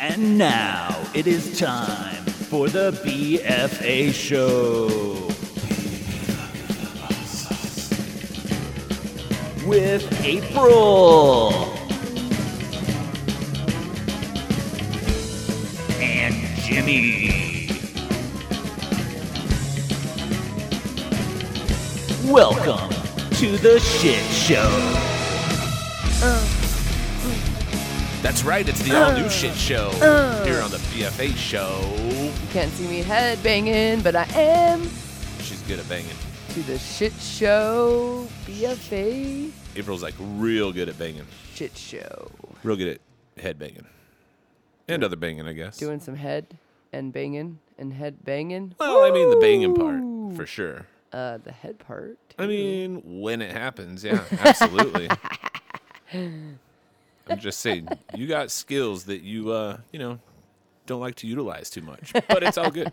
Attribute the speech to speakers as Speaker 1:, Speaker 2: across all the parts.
Speaker 1: And now it is time for the BFA show. With April. And Jimmy. Welcome to the shit show.
Speaker 2: That's right, it's the all new shit show here on the BFA show.
Speaker 3: Can't see me head banging, but I am
Speaker 2: She's good at banging.
Speaker 3: to the shit show. BFA
Speaker 2: April's like real good at banging,
Speaker 3: shit show.
Speaker 2: real good at head banging and other banging, I guess.
Speaker 3: Doing some head and banging and head banging.
Speaker 2: well, I mean, the banging part for sure.
Speaker 3: Uh, the head part.
Speaker 2: I mean, when it happens, yeah, absolutely. I'm just saying, you got skills that you, uh, you know, don't like to utilize too much, but it's all good.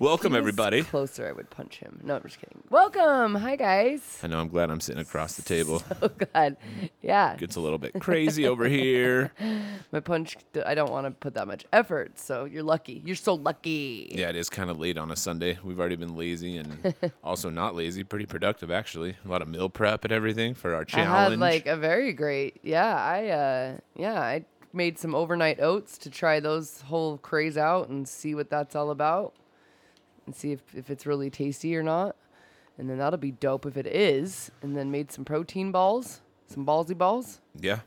Speaker 2: Welcome,
Speaker 3: He was
Speaker 2: everybody.
Speaker 3: Closer, I would punch him. No, I'm just kidding. Welcome. Hi, guys.
Speaker 2: I know I'm glad I'm sitting across the table.
Speaker 3: Oh, God. Yeah.
Speaker 2: Gets a little bit crazy over here.
Speaker 3: My punch, I don't want to put that much effort, so you're lucky. You're so lucky.
Speaker 2: Yeah, it is kind of late on a Sunday. We've already been lazy and also not lazy. Pretty productive, actually. A lot of meal prep and everything for our challenge.
Speaker 3: I had like a very great, yeah. I uh, yeah, I made some overnight oats to try those whole craze out and see what that's all about, and see if if it's really tasty or not. And then that'll be dope if it is. And then made some protein balls, some ballsy balls.
Speaker 2: yeah,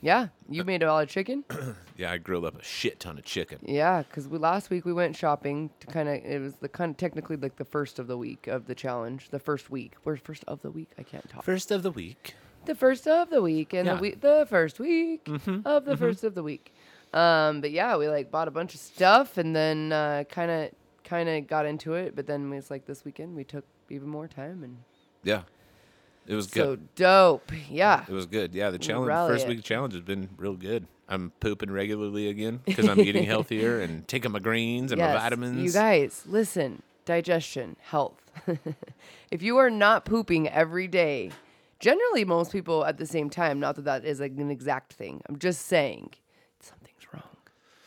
Speaker 3: Yeah, you made a lot of chicken.
Speaker 2: yeah. I grilled up a shit ton of chicken.
Speaker 3: Yeah, because we last week we went shopping to kind of it was the kind of technically like the first of the week of the challenge, the first week. We're first of the week. I can't talk.
Speaker 2: First of the week.
Speaker 3: the first of the week and
Speaker 2: Yeah. Mm-hmm.
Speaker 3: the, we- the first week of the first of the week um, but yeah we like bought a bunch of stuff and then uh, kind of kind of got into it but then it's like this weekend we took even more time and
Speaker 2: Yeah, it was
Speaker 3: so
Speaker 2: good.
Speaker 3: dope yeah
Speaker 2: It was good. Yeah, the challenge.
Speaker 3: rally
Speaker 2: First
Speaker 3: it.
Speaker 2: week challenge has been real good. I'm pooping regularly again because I'm eating healthier and taking my greens and my
Speaker 3: Yes,
Speaker 2: vitamins.
Speaker 3: you guys listen digestion health if you are not pooping every day generally most people at the same time not that that is like an exact thing i'm just saying something's wrong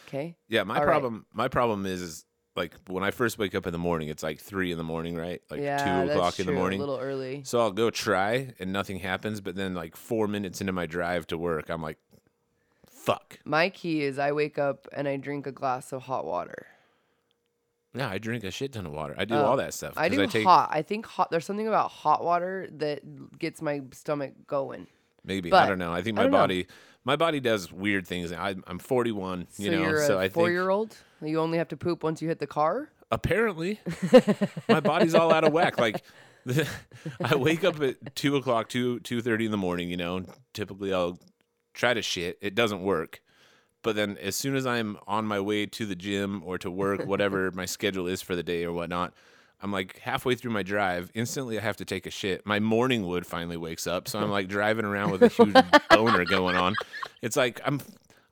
Speaker 3: okay
Speaker 2: Yeah, my
Speaker 3: All right.
Speaker 2: problem. My problem is, is like when I first wake up in the morning. It's like three in the morning, right? Like
Speaker 3: yeah,
Speaker 2: two
Speaker 3: that's
Speaker 2: o'clock in the
Speaker 3: true,
Speaker 2: morning.
Speaker 3: a little early
Speaker 2: So I'll go try and nothing happens, but then like four minutes into my drive to work, I'm like, fuck.
Speaker 3: My key is I wake up and I drink a glass of hot water.
Speaker 2: Yeah, I drink a shit ton of water. I do all that stuff.
Speaker 3: Oh, I
Speaker 2: 'cause
Speaker 3: do
Speaker 2: take,
Speaker 3: hot. I think hot. There's something about hot water that gets my stomach going.
Speaker 2: Maybe I
Speaker 3: but
Speaker 2: don't know. I think my
Speaker 3: I don't know.
Speaker 2: body, my body does weird things. I, I'm 41, you
Speaker 3: so
Speaker 2: know.
Speaker 3: you're a
Speaker 2: so I think
Speaker 3: four-year-old. You only have to poop once you hit the car.
Speaker 2: apparently my body's all out of whack. Like I wake up at two o'clock, two two thirty in the morning. You know, typically I'll try to shit. It doesn't work. But then, as soon as I'm on my way to the gym or to work, whatever my schedule is for the day or whatnot, I'm like halfway through my drive. Instantly, I have to take a shit. My morning wood finally wakes up, so I'm like driving around with a huge boner going on. It's like I'm.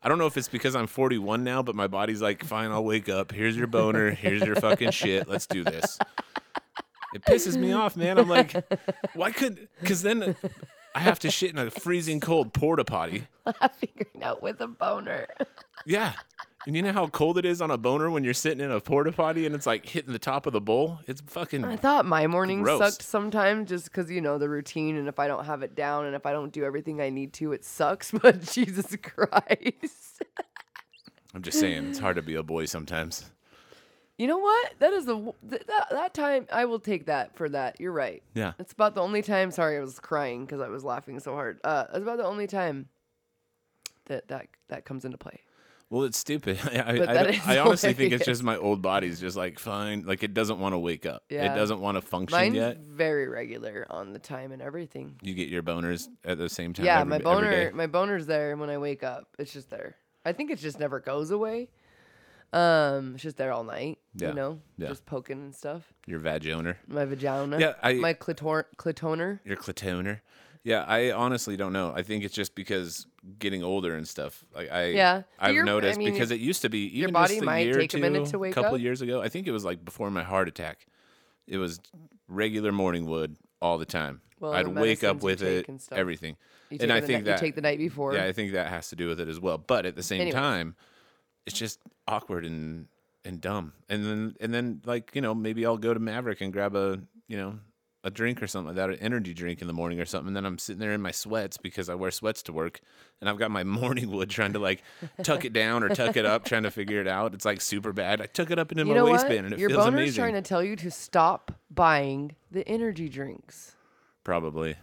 Speaker 2: I don't know if it's because I'm 41 now, but my body's like, fine, I'll wake up. Here's your boner. Here's your fucking shit. Let's do this. It pisses me off, man. I'm like, why could? Because then I have to shit in a freezing cold porta potty.
Speaker 3: Figuring out with a boner.
Speaker 2: Yeah. And you know how cold it is on a boner when you're sitting in a porta potty and it's like hitting the top of the bowl? It's fucking.
Speaker 3: I thought my morning
Speaker 2: Gross.
Speaker 3: sucked sometimes just because you know the routine, and if I don't have it down, and if I don't do everything I need to, it sucks. But Jesus Christ.
Speaker 2: I'm just saying, it's hard to be a boy sometimes.
Speaker 3: You know what? That is the w- th- that, that time I will take that for that. You're right.
Speaker 2: Yeah.
Speaker 3: It's about the only time. Sorry, I was crying because I was laughing so hard. Uh, it's about the only time that that that comes into play.
Speaker 2: Well, it's stupid. I, I,
Speaker 3: But
Speaker 2: I,
Speaker 3: that
Speaker 2: don't-
Speaker 3: is
Speaker 2: I honestly think it's
Speaker 3: hilarious.
Speaker 2: just my old body's just like, fine. Like, it doesn't want to wake up.
Speaker 3: Yeah.
Speaker 2: It doesn't want to function
Speaker 3: Mine's
Speaker 2: yet.
Speaker 3: very regular on the time and everything.
Speaker 2: You get your boners at the same time.
Speaker 3: yeah,
Speaker 2: every-
Speaker 3: my
Speaker 2: every
Speaker 3: boner,
Speaker 2: day.
Speaker 3: my boner's there when I wake up. It's just there. I think it just never goes away. Um, it's just there all night.
Speaker 2: Yeah.
Speaker 3: You know,
Speaker 2: Yeah.
Speaker 3: just poking and stuff.
Speaker 2: Your vagoner.
Speaker 3: My vagina.
Speaker 2: Yeah, I-
Speaker 3: my clitor- clitoner.
Speaker 2: Your clitoner. Yeah, I honestly don't know. I think it's just because getting older and stuff. Like I,
Speaker 3: Yeah. But
Speaker 2: I've
Speaker 3: your- I
Speaker 2: noticed
Speaker 3: mean,
Speaker 2: because it used to be even
Speaker 3: body
Speaker 2: just a
Speaker 3: might
Speaker 2: year or
Speaker 3: take a
Speaker 2: two,
Speaker 3: minute to wake
Speaker 2: couple
Speaker 3: up.
Speaker 2: years ago. I think it was like before my heart attack. It was regular morning wood all the time.
Speaker 3: Well,
Speaker 2: I'd
Speaker 3: the
Speaker 2: wake up
Speaker 3: medicines you
Speaker 2: with
Speaker 3: take
Speaker 2: it,
Speaker 3: and stuff.
Speaker 2: everything,
Speaker 3: You take
Speaker 2: and
Speaker 3: it
Speaker 2: I
Speaker 3: the
Speaker 2: think
Speaker 3: night-
Speaker 2: that
Speaker 3: you take the night before.
Speaker 2: yeah, I think that has to do with it as well. But at the same
Speaker 3: Anyways.
Speaker 2: time, it's just awkward and and dumb. And then and then like you know maybe I'll go to Maverick and grab a you know a drink or something like that, an energy drink in the morning or something. And then I'm sitting there in my sweats because I wear sweats to work, and I've got my morning wood trying to like tuck it down or tuck it up, trying to figure it out. It's like super bad. I tuck it up into
Speaker 3: you
Speaker 2: my
Speaker 3: know what?
Speaker 2: waistband, and it
Speaker 3: Your
Speaker 2: feels
Speaker 3: boner's
Speaker 2: amazing.
Speaker 3: trying to tell you to stop buying the energy drinks.
Speaker 2: Probably.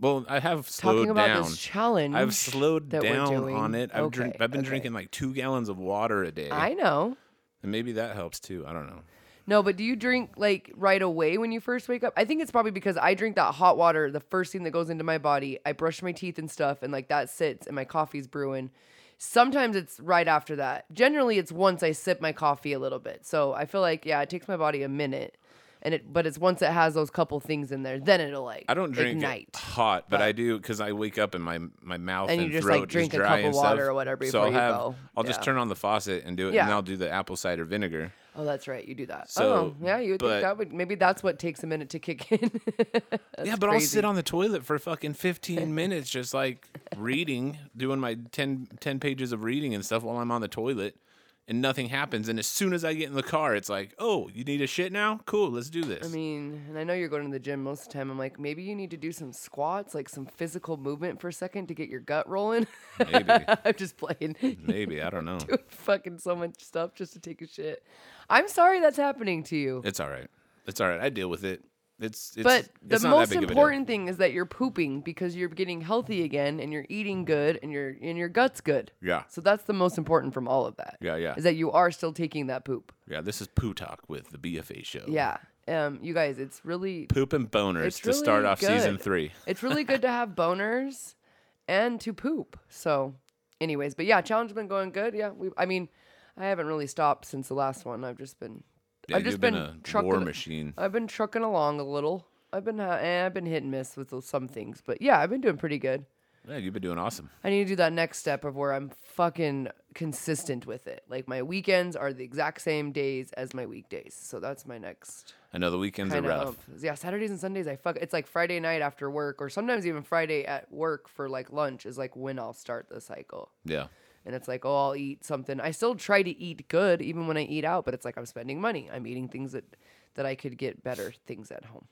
Speaker 2: Well, I have slowed
Speaker 3: Talking about
Speaker 2: down.
Speaker 3: this challenge,
Speaker 2: I've slowed
Speaker 3: that we're
Speaker 2: down
Speaker 3: doing.
Speaker 2: on it. I've, drink,
Speaker 3: Okay,
Speaker 2: I've been
Speaker 3: okay.
Speaker 2: drinking like two gallons of water a day,
Speaker 3: I know.
Speaker 2: and maybe that helps too. I don't know.
Speaker 3: No, but do you drink like right away when you first wake up? I think it's probably because I drink that hot water, the first thing that goes into my body. I brush my teeth and stuff, and like that sits, and my coffee's brewing. Sometimes it's right after that. Generally, it's once I sip my coffee a little bit. So I feel like yeah, it takes my body a minute, and it but it's once it has those couple things in there, then it'll like
Speaker 2: I don't drink
Speaker 3: ignite.
Speaker 2: it hot, but, I do because I wake up and my my mouth
Speaker 3: And
Speaker 2: and,
Speaker 3: you just, like,
Speaker 2: throat
Speaker 3: drink a
Speaker 2: is dry
Speaker 3: cup of
Speaker 2: and
Speaker 3: water
Speaker 2: stuff.
Speaker 3: or
Speaker 2: so
Speaker 3: whatever before
Speaker 2: I'll
Speaker 3: you
Speaker 2: have
Speaker 3: go.
Speaker 2: I'll just
Speaker 3: Yeah.
Speaker 2: turn on the faucet and do it, and
Speaker 3: Yeah.
Speaker 2: I'll do the apple cider vinegar.
Speaker 3: Oh, that's right, you do that.
Speaker 2: So,
Speaker 3: oh, yeah, you would
Speaker 2: but-
Speaker 3: think that would maybe that's what takes a minute to kick in.
Speaker 2: yeah, but I'll
Speaker 3: crazy.
Speaker 2: sit on the toilet for fucking 15 minutes just like reading, doing my 10, 10 pages of reading and stuff while I'm on the toilet and nothing happens. And as soon as I get in the car, it's like, oh, you need a shit now? Cool, let's do this.
Speaker 3: I mean, and I know you're going to the gym most of the time. I'm like, maybe you need to do some squats, like some physical movement for a second to get your gut rolling.
Speaker 2: maybe,
Speaker 3: I'm just playing.
Speaker 2: maybe, I don't know.
Speaker 3: Fucking so much stuff just to take a shit. I'm sorry that's happening to you.
Speaker 2: It's all right. It's all right. I deal with it. It's, it's
Speaker 3: But
Speaker 2: it's
Speaker 3: the
Speaker 2: not that
Speaker 3: most
Speaker 2: big of a deal.
Speaker 3: important thing is that you're pooping because you're getting healthy again and you're eating good and your and your gut's good.
Speaker 2: Yeah.
Speaker 3: So that's the most important from all of that.
Speaker 2: Yeah, yeah.
Speaker 3: Is that you are still taking that poop.
Speaker 2: Yeah, this is Poo Talk with the BFA show.
Speaker 3: Yeah. Um you guys, it's really
Speaker 2: Poop and boners
Speaker 3: It's
Speaker 2: to start
Speaker 3: really
Speaker 2: off season
Speaker 3: good.
Speaker 2: three.
Speaker 3: it's really good to have boners and to poop. So, anyways, but yeah, challenge has been going good. Yeah, we. I mean, I haven't really stopped since the last one. I've just been.
Speaker 2: Yeah,
Speaker 3: I've just
Speaker 2: you've been, a
Speaker 3: trucking.
Speaker 2: war machine.
Speaker 3: I've been trucking along a little. I've been ha- eh, I've been hit and miss with some things, but yeah, I've been doing pretty good.
Speaker 2: Yeah, you've been doing awesome.
Speaker 3: I need to do that next step of where I'm fucking consistent with it. Like my weekends are the exact same days as my weekdays. So that's my next
Speaker 2: I know the weekends are
Speaker 3: kind
Speaker 2: rough.
Speaker 3: of yeah saturdays and sundays i fuck it's like friday night after work or sometimes even friday at work for like lunch is like when i'll start the cycle
Speaker 2: Yeah.
Speaker 3: and it's like oh i'll eat something i still try to eat good even when i eat out but it's like i'm spending money i'm eating things that that i could get better things at home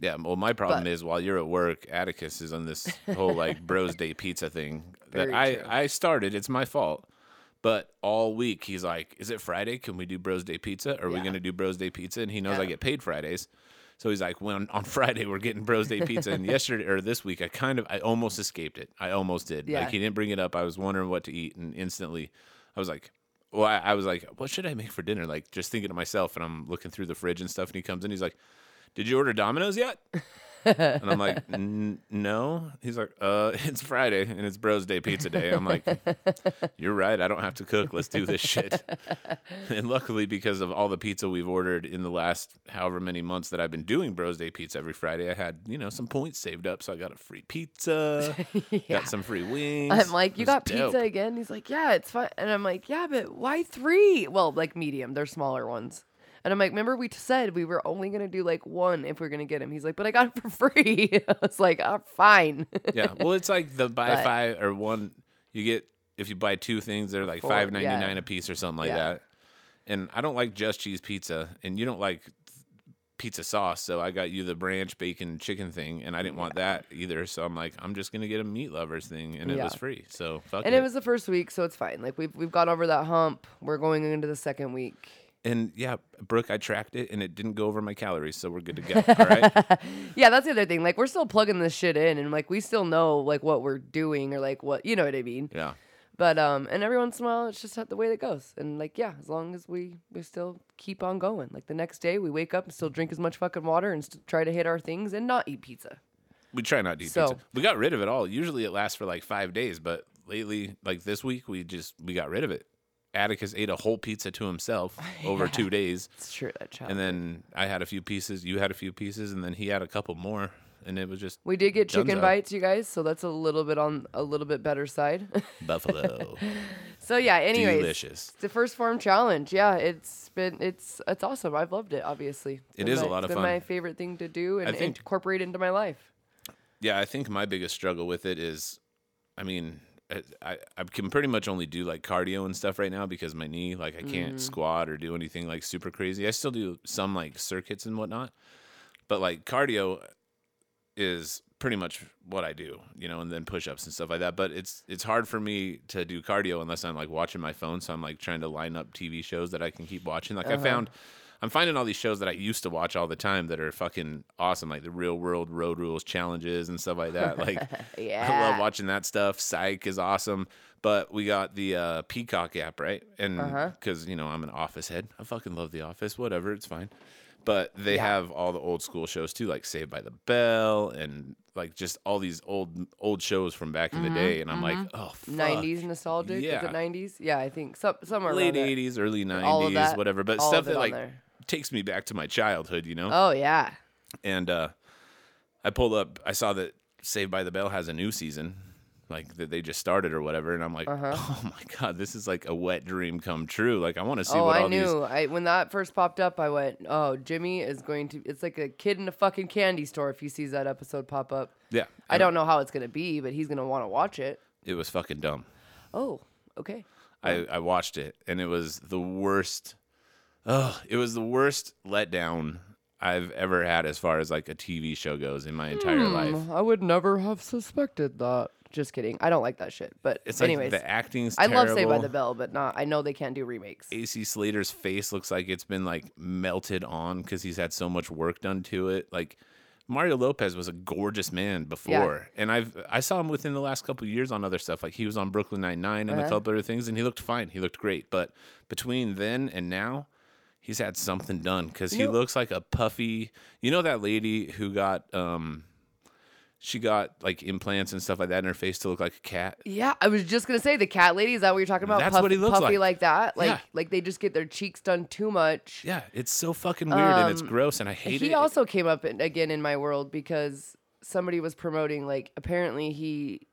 Speaker 2: Yeah, well, my problem
Speaker 3: But-
Speaker 2: is while you're at work, Atticus is on this whole like Bros Day pizza thing that
Speaker 3: Very
Speaker 2: I
Speaker 3: true.
Speaker 2: I started. It's my fault, but all week he's like, "Is it Friday? Can we do Bros Day pizza? Are we
Speaker 3: Yeah.
Speaker 2: gonna do Bros Day pizza?" And he knows I
Speaker 3: Yeah.
Speaker 2: get paid Fridays, so he's like, "When on Friday we're getting Bros Day pizza." And yesterday or this week, I kind of I almost escaped it. I almost did.
Speaker 3: Yeah.
Speaker 2: Like he didn't bring it up. I was wondering what to eat, and instantly, I was like. Well, I, I was like, "What should I make for dinner?" Like, just thinking to myself, and I'm looking through the fridge and stuff. And he comes in, he's like, "Did you order Domino's yet?" And I'm like, N- no. He's like, uh, it's Friday and it's Bros Day Pizza Day. I'm like, you're right. I don't have to cook. Let's do this shit. and luckily, because of all the pizza we've ordered in the last however many months that I've been doing Bros Day Pizza every Friday, I had, you know, some points saved up. So I got a free pizza, got some free wings.
Speaker 3: i'm like
Speaker 2: It
Speaker 3: you
Speaker 2: was
Speaker 3: got
Speaker 2: dope.
Speaker 3: pizza again he's like yeah it's fine and i'm like yeah but why three well like medium they're smaller ones and I'm like, remember we t- said we were only gonna do like one if we are gonna get him. He's like, but I got it for free. I was like, oh, fine.
Speaker 2: yeah. Well, it's like the buy
Speaker 3: But-
Speaker 2: five or one. You get if you buy two things, they're like
Speaker 3: Four,
Speaker 2: five ninety nine
Speaker 3: yeah.
Speaker 2: a piece or something like
Speaker 3: Yeah.
Speaker 2: that. And I don't like just cheese pizza, and you don't like pizza sauce, so I got you the branch bacon chicken thing, and I didn't want that either. So I'm like, I'm just gonna get a meat lovers thing, and it
Speaker 3: Yeah.
Speaker 2: was free. So fuck
Speaker 3: And
Speaker 2: it.
Speaker 3: it was the first week, so it's fine. Like we've we've got over that hump. We're going into the second week.
Speaker 2: and yeah, Brooke, I tracked it, and it didn't go over my calories, so we're good to go. All right.
Speaker 3: Yeah, that's the other thing. Like we're still plugging this shit in, and like we still know like what we're doing or like what you know what I mean.
Speaker 2: Yeah.
Speaker 3: But um, and every once in a while, it's just the way that goes. And like yeah, as long as we we still keep on going. Like the next day, we wake up and still drink as much fucking water and st- try to hit our things and not eat pizza.
Speaker 2: We try not to eat
Speaker 3: So-
Speaker 2: pizza. We got rid of it all. Usually it lasts for like five days, but lately, like this week, we just we got rid of it. Atticus ate a whole pizza to himself over two days,
Speaker 3: It's true, that child.
Speaker 2: and then I had a few pieces. You had a few pieces, and then he had a couple more, and it was just
Speaker 3: we did get chicken
Speaker 2: Dunzo.
Speaker 3: bites, you guys, so that's a little bit on a little bit better side.
Speaker 2: buffalo,
Speaker 3: so yeah, anyways,
Speaker 2: delicious.
Speaker 3: The first farm challenge, yeah, it's been it's it's awesome. I've loved it. Obviously, It's
Speaker 2: It
Speaker 3: been
Speaker 2: is a
Speaker 3: my-
Speaker 2: lot
Speaker 3: it's
Speaker 2: of
Speaker 3: been
Speaker 2: fun.
Speaker 3: my favorite thing to do and
Speaker 2: think-
Speaker 3: incorporate into my life.
Speaker 2: Yeah, I think my biggest struggle with it is, I mean, I, I can pretty much only do like cardio and stuff right now because my knee, like I can't squat or do anything like super crazy. I still do some like circuits and whatnot, but like cardio is pretty much what I do, you know, and then push ups and stuff like that. But it's it's hard for me to do cardio unless I'm like watching my phone. So I'm like trying to line up TV shows that I can keep watching. Like I found I'm finding all these shows that I used to watch all the time that are fucking awesome, like the real world road rules challenges and stuff like that. Like I
Speaker 3: Yeah.
Speaker 2: love watching that stuff. Psych is awesome. But we got the uh, Peacock app, right? And
Speaker 3: Uh-huh.
Speaker 2: because, you know, I'm an office head. I fucking love The Office. Whatever. It's fine. But they have all the old school shows too, like Saved by the Bell and like just all these old old shows from back in
Speaker 3: Mm-hmm,
Speaker 2: the day. And I'm like, oh, fuck.
Speaker 3: 90s nostalgic. Is
Speaker 2: Yeah.
Speaker 3: it 90s? Yeah, I think some, somewhere
Speaker 2: Late
Speaker 3: around there.
Speaker 2: 80s, early 90s,
Speaker 3: All of that-
Speaker 2: whatever. But
Speaker 3: all of
Speaker 2: stuff that
Speaker 3: it on
Speaker 2: like
Speaker 3: there.
Speaker 2: takes me back to my childhood, you know?
Speaker 3: Oh yeah.
Speaker 2: and uh, I pulled up. I saw that Saved by the Bell has a new season, like that they just started or whatever. And I'm like,
Speaker 3: Uh-huh.
Speaker 2: oh my god, this is like a wet dream come true. Like I want to see
Speaker 3: oh,
Speaker 2: what
Speaker 3: I
Speaker 2: all these.
Speaker 3: knew. I when that first popped up, I went, "Oh, Jimmy is going to." It's like a kid in a fucking candy store if he sees that episode pop up.
Speaker 2: Yeah,
Speaker 3: I don't know how it's gonna be, but he's gonna want to watch it.
Speaker 2: It was fucking dumb.
Speaker 3: Oh, okay.
Speaker 2: I, I watched it and it was the worst. Oh, it was the worst letdown I've ever had as far as like a TV show goes in my entire
Speaker 3: Hmm.
Speaker 2: life.
Speaker 3: I would never have suspected that. Just kidding. I don't like that shit. But
Speaker 2: It's like
Speaker 3: anyways,
Speaker 2: the acting's.
Speaker 3: I love Saved by
Speaker 2: terrible.
Speaker 3: the Bell, but not. I know they can't do remakes.
Speaker 2: AC Slater's face looks like it's been like melted on because he's had so much work done to it. Like Mario Lopez was a gorgeous man before, and I've I saw him within the last couple of years on other stuff. Like he was on Brooklyn Nine Nine and a
Speaker 3: Uh-huh.
Speaker 2: couple other things, and he looked fine. He looked great, but between then and now, he's had something done because he looks like a puffy. You know that lady who got um, she got like implants and stuff like that in her face to look like a cat.
Speaker 3: Yeah, I was just gonna say the cat lady. Is that what you're talking about?
Speaker 2: That's what he looks
Speaker 3: puffy
Speaker 2: like.
Speaker 3: that. Like
Speaker 2: Yeah.
Speaker 3: like they just get their cheeks done too much.
Speaker 2: Yeah, it's so fucking weird and it's gross, and I hate it.
Speaker 3: Um, he also came up in, again in my world because somebody was promoting like apparently he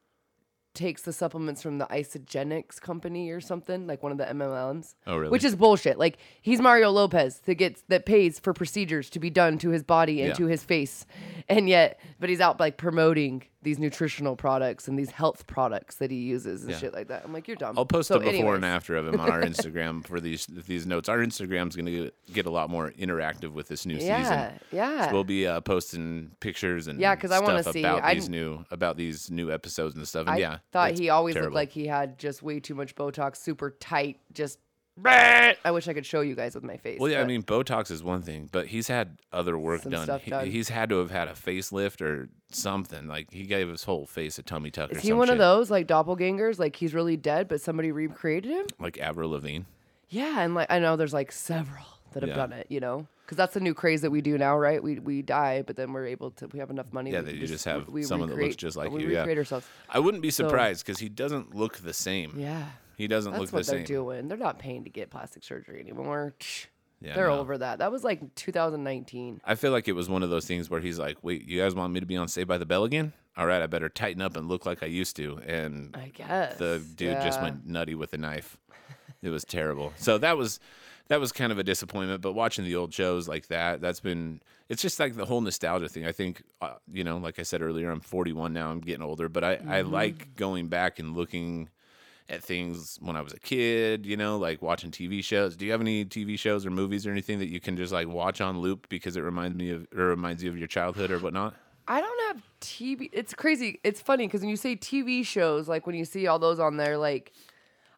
Speaker 3: takes the supplements from the isogenics company or something like one of the MLMs.
Speaker 2: Oh, really?
Speaker 3: Which is bullshit. Like he's Mario Lopez that gets that pays for procedures to be done to his body and
Speaker 2: Yeah.
Speaker 3: to his face, and yet but he's out like promoting these nutritional products and these health products that he uses and shit like that. I'm like you're dumb.
Speaker 2: I'll post
Speaker 3: So
Speaker 2: a before
Speaker 3: anyways.
Speaker 2: and after of him on our Instagram for these these notes. Our Instagram's going to get a lot more interactive with this new
Speaker 3: Yeah,
Speaker 2: season.
Speaker 3: yeah.
Speaker 2: So we'll be uh, posting pictures and
Speaker 3: Yeah, 'cause I wanna
Speaker 2: stuff
Speaker 3: see.
Speaker 2: about
Speaker 3: I
Speaker 2: these
Speaker 3: didn't-
Speaker 2: new about these new episodes and stuff. And
Speaker 3: I
Speaker 2: yeah,
Speaker 3: thought
Speaker 2: it's
Speaker 3: he always
Speaker 2: terrible.
Speaker 3: looked like he had just way too much Botox, super tight, just. I wish I could show you guys with my face.
Speaker 2: Well, yeah, I
Speaker 3: but
Speaker 2: mean, Botox is one thing, but he's had other work
Speaker 3: Some
Speaker 2: done.
Speaker 3: stuff
Speaker 2: He-
Speaker 3: done.
Speaker 2: He's had to have had a facelift or something. Like he gave his whole face a tummy tuck. or
Speaker 3: is he
Speaker 2: some
Speaker 3: one
Speaker 2: shit.
Speaker 3: of those like doppelgangers? Like he's really dead, but somebody recreated him.
Speaker 2: Like Avril Lavigne.
Speaker 3: Yeah, and like I know there's like several that have
Speaker 2: Yeah.
Speaker 3: done it. You know, because that's the new craze that we do now, right? We we die, but then we're able to. We have enough money.
Speaker 2: Yeah,
Speaker 3: that
Speaker 2: that
Speaker 3: we
Speaker 2: you just have
Speaker 3: we
Speaker 2: someone that looks
Speaker 3: recreate-
Speaker 2: just like
Speaker 3: we
Speaker 2: you, yeah.
Speaker 3: recreate ourselves.
Speaker 2: I wouldn't be surprised because he doesn't look the same.
Speaker 3: Yeah,
Speaker 2: He doesn't
Speaker 3: that's
Speaker 2: look
Speaker 3: what
Speaker 2: the
Speaker 3: they're
Speaker 2: same.
Speaker 3: doing. They're not paying to get plastic surgery anymore.
Speaker 2: Yeah,
Speaker 3: they're
Speaker 2: no.
Speaker 3: over that. That was like 2019.
Speaker 2: I feel like it was one of those things where he's like, "Wait, you guys want me to be on Saved by the Bell again? All right, I better tighten up and look like I used to." And
Speaker 3: I guess
Speaker 2: the dude just
Speaker 3: yeah.
Speaker 2: went nutty with a knife. It was terrible. So that was that was kind of a disappointment. But watching the old shows like that, that's been it's just like the whole nostalgia thing. I think uh, you know, like I said earlier, I'm 41 now. I'm getting older, but I I
Speaker 3: Mm-hmm.
Speaker 2: like going back and looking at things when I was a kid, you know, like watching TV shows. Do you have any TV shows or movies or anything that you can just like watch on loop because it reminds me of or reminds you of your childhood or whatnot?
Speaker 3: I don't have TV. It's crazy. It's funny because when you say TV shows, like when you see all those on there, like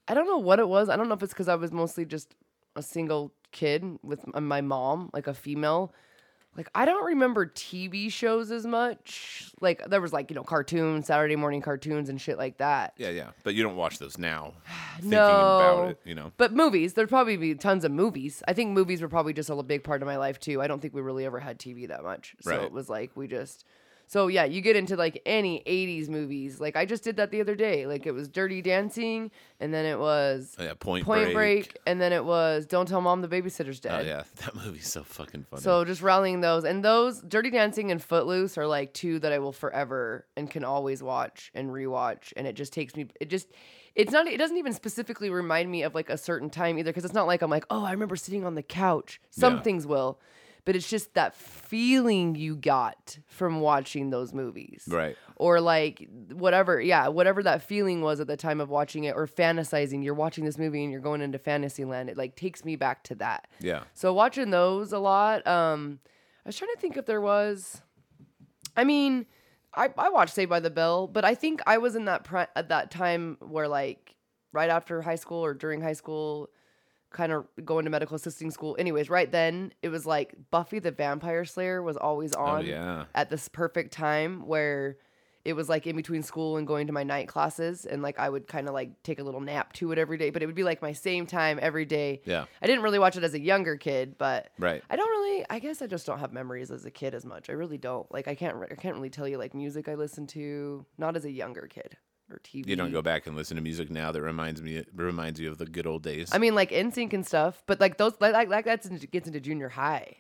Speaker 3: I don't know what it was. I don't know if it's because I was mostly just a single kid with m- my mom, like a female. Like I don't remember TV shows as much. Like there was like you know cartoons, Saturday morning cartoons and shit like that.
Speaker 2: Yeah, yeah. But you don't watch those now. Thinking
Speaker 3: no,
Speaker 2: about it, you know.
Speaker 3: But movies, there'd probably be tons of movies. I think movies were probably just a li- big part of my life too. I don't think we really ever had TV that much, so
Speaker 2: Right.
Speaker 3: it was like we just. So yeah, you get into like any '80s movies. Like I just did that the other day. Like it was Dirty Dancing, and then it was
Speaker 2: Oh, yeah, Point
Speaker 3: Point
Speaker 2: Break.
Speaker 3: Break, and then it was Don't Tell Mom the Babysitter's Dead.
Speaker 2: Oh yeah, that movie's so fucking funny.
Speaker 3: So just rallying those, and those Dirty Dancing and Footloose are like two that I will forever and can always watch and rewatch, and it just takes me. It just, it's not. It doesn't even specifically remind me of like a certain time either, because it's not like I'm like, oh, I remember sitting on the couch. Some
Speaker 2: Yeah.
Speaker 3: things will, but it's just that feeling you got from watching those movies.
Speaker 2: Right.
Speaker 3: Or like whatever, yeah, whatever that feeling was at the time of watching it or fantasizing. You're watching this movie and you're going into fantasy land. It like takes me back to that.
Speaker 2: Yeah.
Speaker 3: So watching those a lot. Um, I was trying to think if there was. I mean, I, I watched Saved by the Bell, but I think I was in that pri- at that time where like right after high school or during high school, kind of going to medical assisting school. Anyways, right then it was like Buffy the Vampire Slayer was always on
Speaker 2: Oh, yeah.
Speaker 3: at this perfect time where it was like in between school and going to my night classes and like I would kind of like take a little nap to it every day, but it would be like my same time every day.
Speaker 2: Yeah.
Speaker 3: I didn't really watch it as a younger kid, but
Speaker 2: Right.
Speaker 3: I don't really. I guess I just don't have memories as a kid as much. I really don't. Like I can't. re- I can't really tell you like music I listened to. Not as a younger kid or TV.
Speaker 2: You don't go back and listen to music now that reminds me reminds you of the good old days.
Speaker 3: I mean, like NSYNC and stuff, but like those, like, like, like that's in- gets into junior high.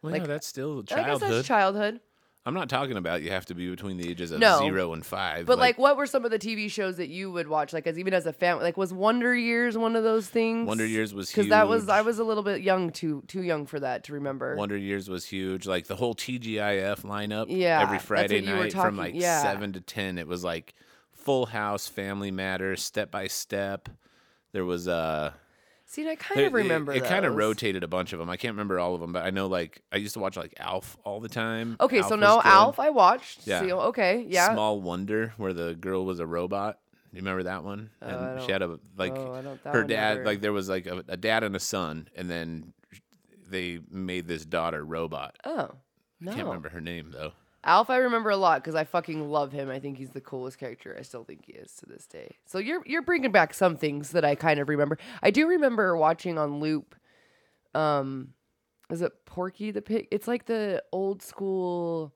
Speaker 2: well,
Speaker 3: like-
Speaker 2: yeah, that's still
Speaker 3: I guess
Speaker 2: childhood.
Speaker 3: that's childhood.
Speaker 2: I'm not talking about you have to be between the ages of
Speaker 3: No.
Speaker 2: zero and five.
Speaker 3: But like, what were some of the TV shows that you would watch? Like, as even as a family, like was Wonder Years one of those things?
Speaker 2: Wonder Years was
Speaker 3: because that was
Speaker 2: huge.
Speaker 3: I was a little bit young, too too young for that to remember.
Speaker 2: Wonder Years was huge. Like the whole TGIF lineup.
Speaker 3: Yeah,
Speaker 2: Every
Speaker 3: that's what
Speaker 2: Friday
Speaker 3: you were
Speaker 2: night
Speaker 3: talking-
Speaker 2: from like
Speaker 3: yeah.
Speaker 2: seven to ten, it was like Full House, Family Matters, Step by Step. There was uh
Speaker 3: See, and I kind of
Speaker 2: It- it-
Speaker 3: remember.
Speaker 2: It, kind of
Speaker 3: those.
Speaker 2: rotated a bunch of them. I can't remember all of them, but I know like I used to watch like Alf all the time.
Speaker 3: Okay,
Speaker 2: Alf
Speaker 3: so
Speaker 2: was
Speaker 3: no
Speaker 2: good.
Speaker 3: Alf, I watched.
Speaker 2: Yeah.
Speaker 3: See, okay, yeah.
Speaker 2: Small Wonder, where the girl was a robot. You remember that one? And
Speaker 3: Oh, I
Speaker 2: she had a like
Speaker 3: oh, I don't- that
Speaker 2: her
Speaker 3: one
Speaker 2: dad.
Speaker 3: never-
Speaker 2: Like there was like a, a dad and a son, and then they made this daughter robot.
Speaker 3: Oh. No.
Speaker 2: I can't remember her name though.
Speaker 3: Alf, I remember a lot because I fucking love him. I think he's the coolest character. I still think he is to this day. So you're you're bringing back some things that I kind of remember. I do remember watching on loop. Um, is it Porky the Pig? It's like the old school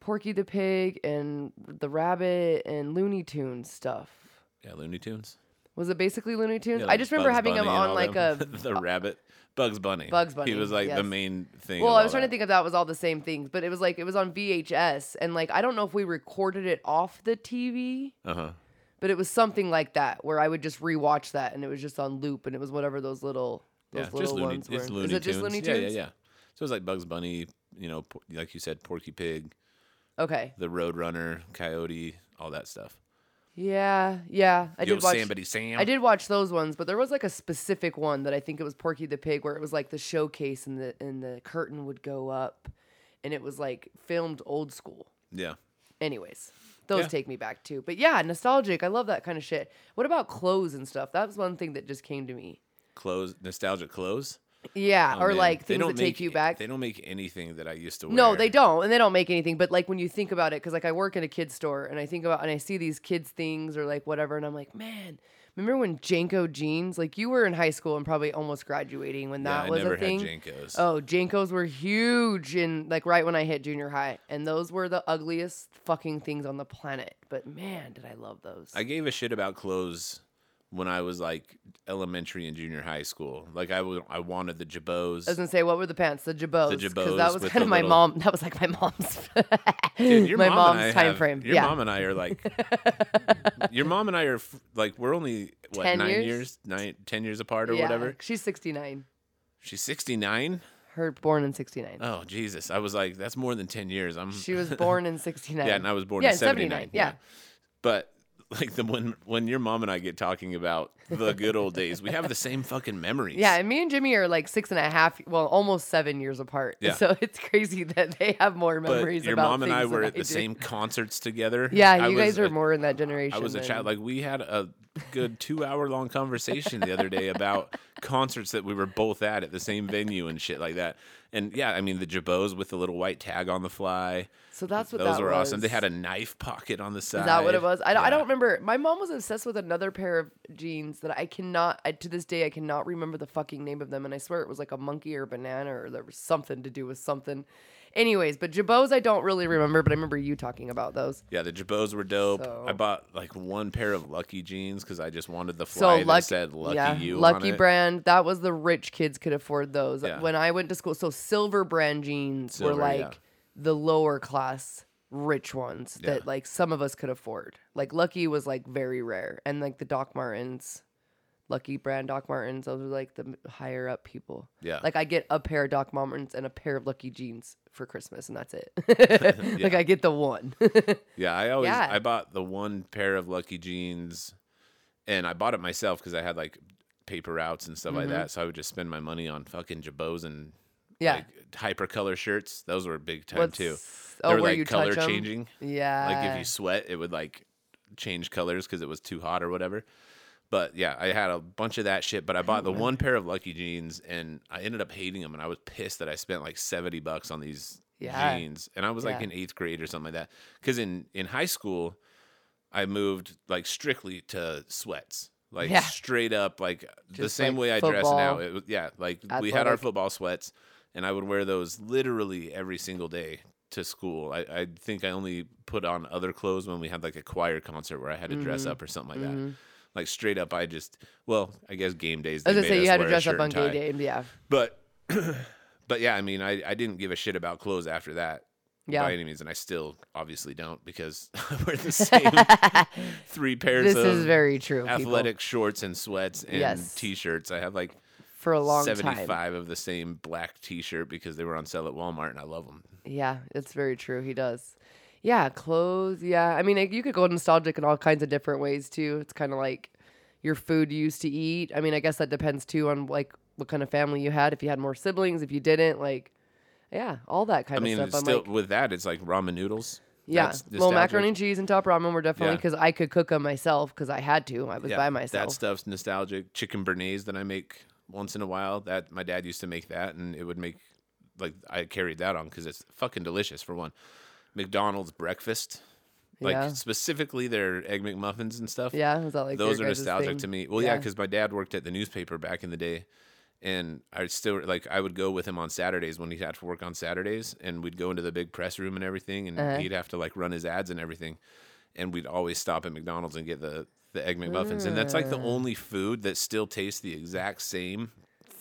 Speaker 3: Porky the Pig and the Rabbit and Looney Tunes stuff.
Speaker 2: Yeah, Looney Tunes.
Speaker 3: Was it basically Looney Tunes?
Speaker 2: Yeah,
Speaker 3: I
Speaker 2: like
Speaker 3: just remember
Speaker 2: Bugs
Speaker 3: having him
Speaker 2: Bunny and
Speaker 3: on
Speaker 2: all
Speaker 3: like
Speaker 2: them.
Speaker 3: a
Speaker 2: the rabbit. Bugs Bunny.
Speaker 3: Bugs Bunny,
Speaker 2: He was like the
Speaker 3: yes.
Speaker 2: main thing.
Speaker 3: Well,
Speaker 2: of
Speaker 3: I
Speaker 2: all
Speaker 3: was trying
Speaker 2: that.
Speaker 3: to think if that was all the same things, but it was like it was on VHS, and like I don't know if we recorded it off the TV,
Speaker 2: Uh-huh.
Speaker 3: but it was something like that where I would just rewatch that, and it was just on loop, and it was whatever those little
Speaker 2: Yeah,
Speaker 3: those
Speaker 2: just
Speaker 3: little
Speaker 2: Looney,
Speaker 3: ones
Speaker 2: it's
Speaker 3: were.
Speaker 2: Looney
Speaker 3: Is it
Speaker 2: Tunes.
Speaker 3: just Looney
Speaker 2: Yeah,
Speaker 3: Tunes?
Speaker 2: yeah, yeah. So it's like Bugs Bunny, you know, por- like you said, Porky Pig,
Speaker 3: Okay.
Speaker 2: the Roadrunner, Coyote, all that stuff.
Speaker 3: Yeah, yeah. I
Speaker 2: Yo,
Speaker 3: did watch.
Speaker 2: Sambity Sam.
Speaker 3: I did watch those ones, but there was like a specific one that I think it was Porky the Pig, where it was like the showcase and the and the curtain would go up, and it was like filmed old school.
Speaker 2: Yeah.
Speaker 3: anyways those
Speaker 2: Yeah.
Speaker 3: take me back too but yeah nostalgic i love that kind of shit what about clothes and stuff that was one thing that just came to me
Speaker 2: Clothes, nostalgic clothes.
Speaker 3: yeah
Speaker 2: Oh,
Speaker 3: or
Speaker 2: man.
Speaker 3: like
Speaker 2: They
Speaker 3: things
Speaker 2: don't
Speaker 3: that take
Speaker 2: make-
Speaker 3: you back
Speaker 2: They don't make anything that I used to wear.
Speaker 3: no they don't and they don't make anything but like when you think about it because like i work in a kids store and i think about and i see these kids things or like whatever and i'm like man remember when janko jeans like you were in high school and probably almost graduating when
Speaker 2: Yeah,
Speaker 3: that
Speaker 2: I
Speaker 3: was
Speaker 2: never
Speaker 3: a thing
Speaker 2: had Jankos.
Speaker 3: Oh, Jankos were huge in like right when I hit junior high, and those were the ugliest fucking things on the planet. But man, did I love those!
Speaker 2: I gave a shit about clothes when I was like elementary and junior high school. Like I wa- I wanted the
Speaker 3: I was
Speaker 2: Jabos.
Speaker 3: gonna say, what were the pants? The Jabots.
Speaker 2: Jabots
Speaker 3: that was
Speaker 2: with
Speaker 3: kind of
Speaker 2: the
Speaker 3: my
Speaker 2: little-
Speaker 3: mom. That was like my mom's.
Speaker 2: Dude, your
Speaker 3: my
Speaker 2: mom and
Speaker 3: mom's
Speaker 2: I
Speaker 3: time
Speaker 2: have-
Speaker 3: frame.
Speaker 2: Your
Speaker 3: yeah.
Speaker 2: mom and I are like, your mom and I are f- like, we're only what
Speaker 3: 10
Speaker 2: nine
Speaker 3: years?
Speaker 2: years, nine, ten years apart or
Speaker 3: Yeah.
Speaker 2: whatever.
Speaker 3: She's 69.
Speaker 2: She's sixty nine.
Speaker 3: Her born in 69.
Speaker 2: Oh Jesus! I was like, that's more than ten years. I'm.
Speaker 3: she was born in 69.
Speaker 2: yeah, and I was born
Speaker 3: Yeah,
Speaker 2: in seventy nine.
Speaker 3: Yeah.
Speaker 2: But like the when when your mom and I get talking about the good old days, we have the same fucking memories.
Speaker 3: Yeah, and me and Jimmy are like six and a half, well, almost seven years apart.
Speaker 2: Yeah.
Speaker 3: So it's crazy that they have more
Speaker 2: But
Speaker 3: memories
Speaker 2: your
Speaker 3: about
Speaker 2: mom and I
Speaker 3: things
Speaker 2: were
Speaker 3: than
Speaker 2: at the
Speaker 3: do.
Speaker 2: same concerts together.
Speaker 3: Yeah,
Speaker 2: I
Speaker 3: you
Speaker 2: was
Speaker 3: guys are
Speaker 2: a-
Speaker 3: more in that generation.
Speaker 2: I was a
Speaker 3: than-
Speaker 2: child. Like we had a good two-hour-long conversation the other day about concerts that we were both at at the same venue and shit like that. And yeah, I mean the Jabos with the little white tag on the fly.
Speaker 3: So that's what
Speaker 2: Those
Speaker 3: that
Speaker 2: were awesome. They
Speaker 3: was.
Speaker 2: had a knife pocket on the side.
Speaker 3: Is that what it was? I, don't I
Speaker 2: Yeah.
Speaker 3: don't remember. My mom was obsessed with another pair of jeans that I cannot, I, to this day, I cannot remember the fucking name of them. And I swear it was like a monkey or a banana or there was something to do with something. Anyways, but Jabos, I don't really remember, but I remember you talking about those.
Speaker 2: Yeah, the Jabos were dope. I
Speaker 3: So-
Speaker 2: bought like one pair of Lucky jeans because I just wanted the
Speaker 3: So
Speaker 2: fly
Speaker 3: lucky,
Speaker 2: that said Lucky
Speaker 3: yeah,
Speaker 2: You. on
Speaker 3: Lucky
Speaker 2: it.
Speaker 3: brand. That was the rich kids could afford those.
Speaker 2: Yeah.
Speaker 3: When I went to school, so silver brand jeans
Speaker 2: Silver,
Speaker 3: were like
Speaker 2: yeah.
Speaker 3: the lower class rich ones
Speaker 2: Yeah.
Speaker 3: that like some of us could afford. Like Lucky was like very rare, and like the Doc Martens, Lucky Brand Doc Martens. Those are like the m- higher up people.
Speaker 2: Yeah.
Speaker 3: Like I get a pair of Doc Martens and a pair of Lucky jeans for Christmas, and that's it. Like I get the one.
Speaker 2: Yeah, I always
Speaker 3: Yeah.
Speaker 2: I bought the one pair of Lucky Jeans, and I bought it myself because I had like paper routes and stuff
Speaker 3: Mm-hmm.
Speaker 2: like that. So I would just spend my money on fucking Jabos and
Speaker 3: yeah.
Speaker 2: like hyper color shirts. Those were big time too.
Speaker 3: What's- oh,
Speaker 2: They were like color
Speaker 3: 'em?
Speaker 2: changing.
Speaker 3: Yeah.
Speaker 2: Like if you sweat, it would like change colors because it was too hot or whatever. But yeah, I had a bunch of that shit. But I bought the one pair of Lucky Jeans, and I ended up hating them. And I was pissed that I spent like seventy bucks on these
Speaker 3: Yeah.
Speaker 2: jeans. And I was like
Speaker 3: Yeah.
Speaker 2: in eighth grade or something like that. Because in in high school, I moved like strictly to sweats, like
Speaker 3: Yeah.
Speaker 2: straight up, like the
Speaker 3: Just,
Speaker 2: same
Speaker 3: like,
Speaker 2: way I dress now.
Speaker 3: football,
Speaker 2: It was, yeah, like we had our
Speaker 3: athletic.
Speaker 2: football sweats, and I would wear those literally every single day to school. I, I think I only put on other clothes when we had like a choir concert where I had to
Speaker 3: Mm-hmm.
Speaker 2: dress up or something like that. Like straight up, I just well, I guess game days.
Speaker 3: I was
Speaker 2: they
Speaker 3: gonna
Speaker 2: made
Speaker 3: say you
Speaker 2: us
Speaker 3: had to
Speaker 2: wear a
Speaker 3: dress
Speaker 2: shirt
Speaker 3: up on
Speaker 2: and
Speaker 3: gay
Speaker 2: tie.
Speaker 3: day. Yeah.
Speaker 2: but but yeah, I mean, I I didn't give a shit about clothes after that.
Speaker 3: Yeah.
Speaker 2: By any means, and I still obviously don't because I wear the same three pairs
Speaker 3: This
Speaker 2: of
Speaker 3: is very true.
Speaker 2: athletic
Speaker 3: People.
Speaker 2: shorts and sweats and
Speaker 3: Yes.
Speaker 2: t-shirts. I have like
Speaker 3: For a long
Speaker 2: seventy-five
Speaker 3: time.
Speaker 2: of the same black t-shirt because they were on sale at Walmart, and I love them.
Speaker 3: Yeah, it's very true. He does. Yeah, clothes. Yeah, I mean, like, you could go nostalgic in all kinds of different ways too. It's kind of like your food you used to eat. I mean, I guess that depends too on like what kind of family you had. If you had more siblings, if you didn't, like, yeah, all that kind
Speaker 2: I mean,
Speaker 3: of
Speaker 2: it's
Speaker 3: stuff. I'm
Speaker 2: still
Speaker 3: like,
Speaker 2: with that, it's like ramen noodles.
Speaker 3: yeah,
Speaker 2: That's
Speaker 3: well, macaroni
Speaker 2: nostalgic.
Speaker 3: and cheese and top ramen were definitely
Speaker 2: Yeah.
Speaker 3: because I could cook them myself because I had to. I was by myself.
Speaker 2: That stuff's nostalgic. Chicken bernaise that I make once in a while. That my dad used to make that, and it would make like I carried that on because it's fucking delicious for one. McDonald's breakfast, like
Speaker 3: Yeah.
Speaker 2: specifically their egg McMuffins and stuff.
Speaker 3: yeah, was that like
Speaker 2: those are
Speaker 3: your guys'
Speaker 2: nostalgic
Speaker 3: thing?
Speaker 2: to me. Well, yeah,
Speaker 3: Yeah.
Speaker 2: because my dad worked at the newspaper back in the day, and I still like I would go with him on Saturdays when he had to work on Saturdays, and we'd go into the big press room and everything, and
Speaker 3: Uh-huh.
Speaker 2: he'd have to like run his ads and everything, and we'd always stop at McDonald's and get the the egg McMuffins, and that's like the only food that still tastes the exact same.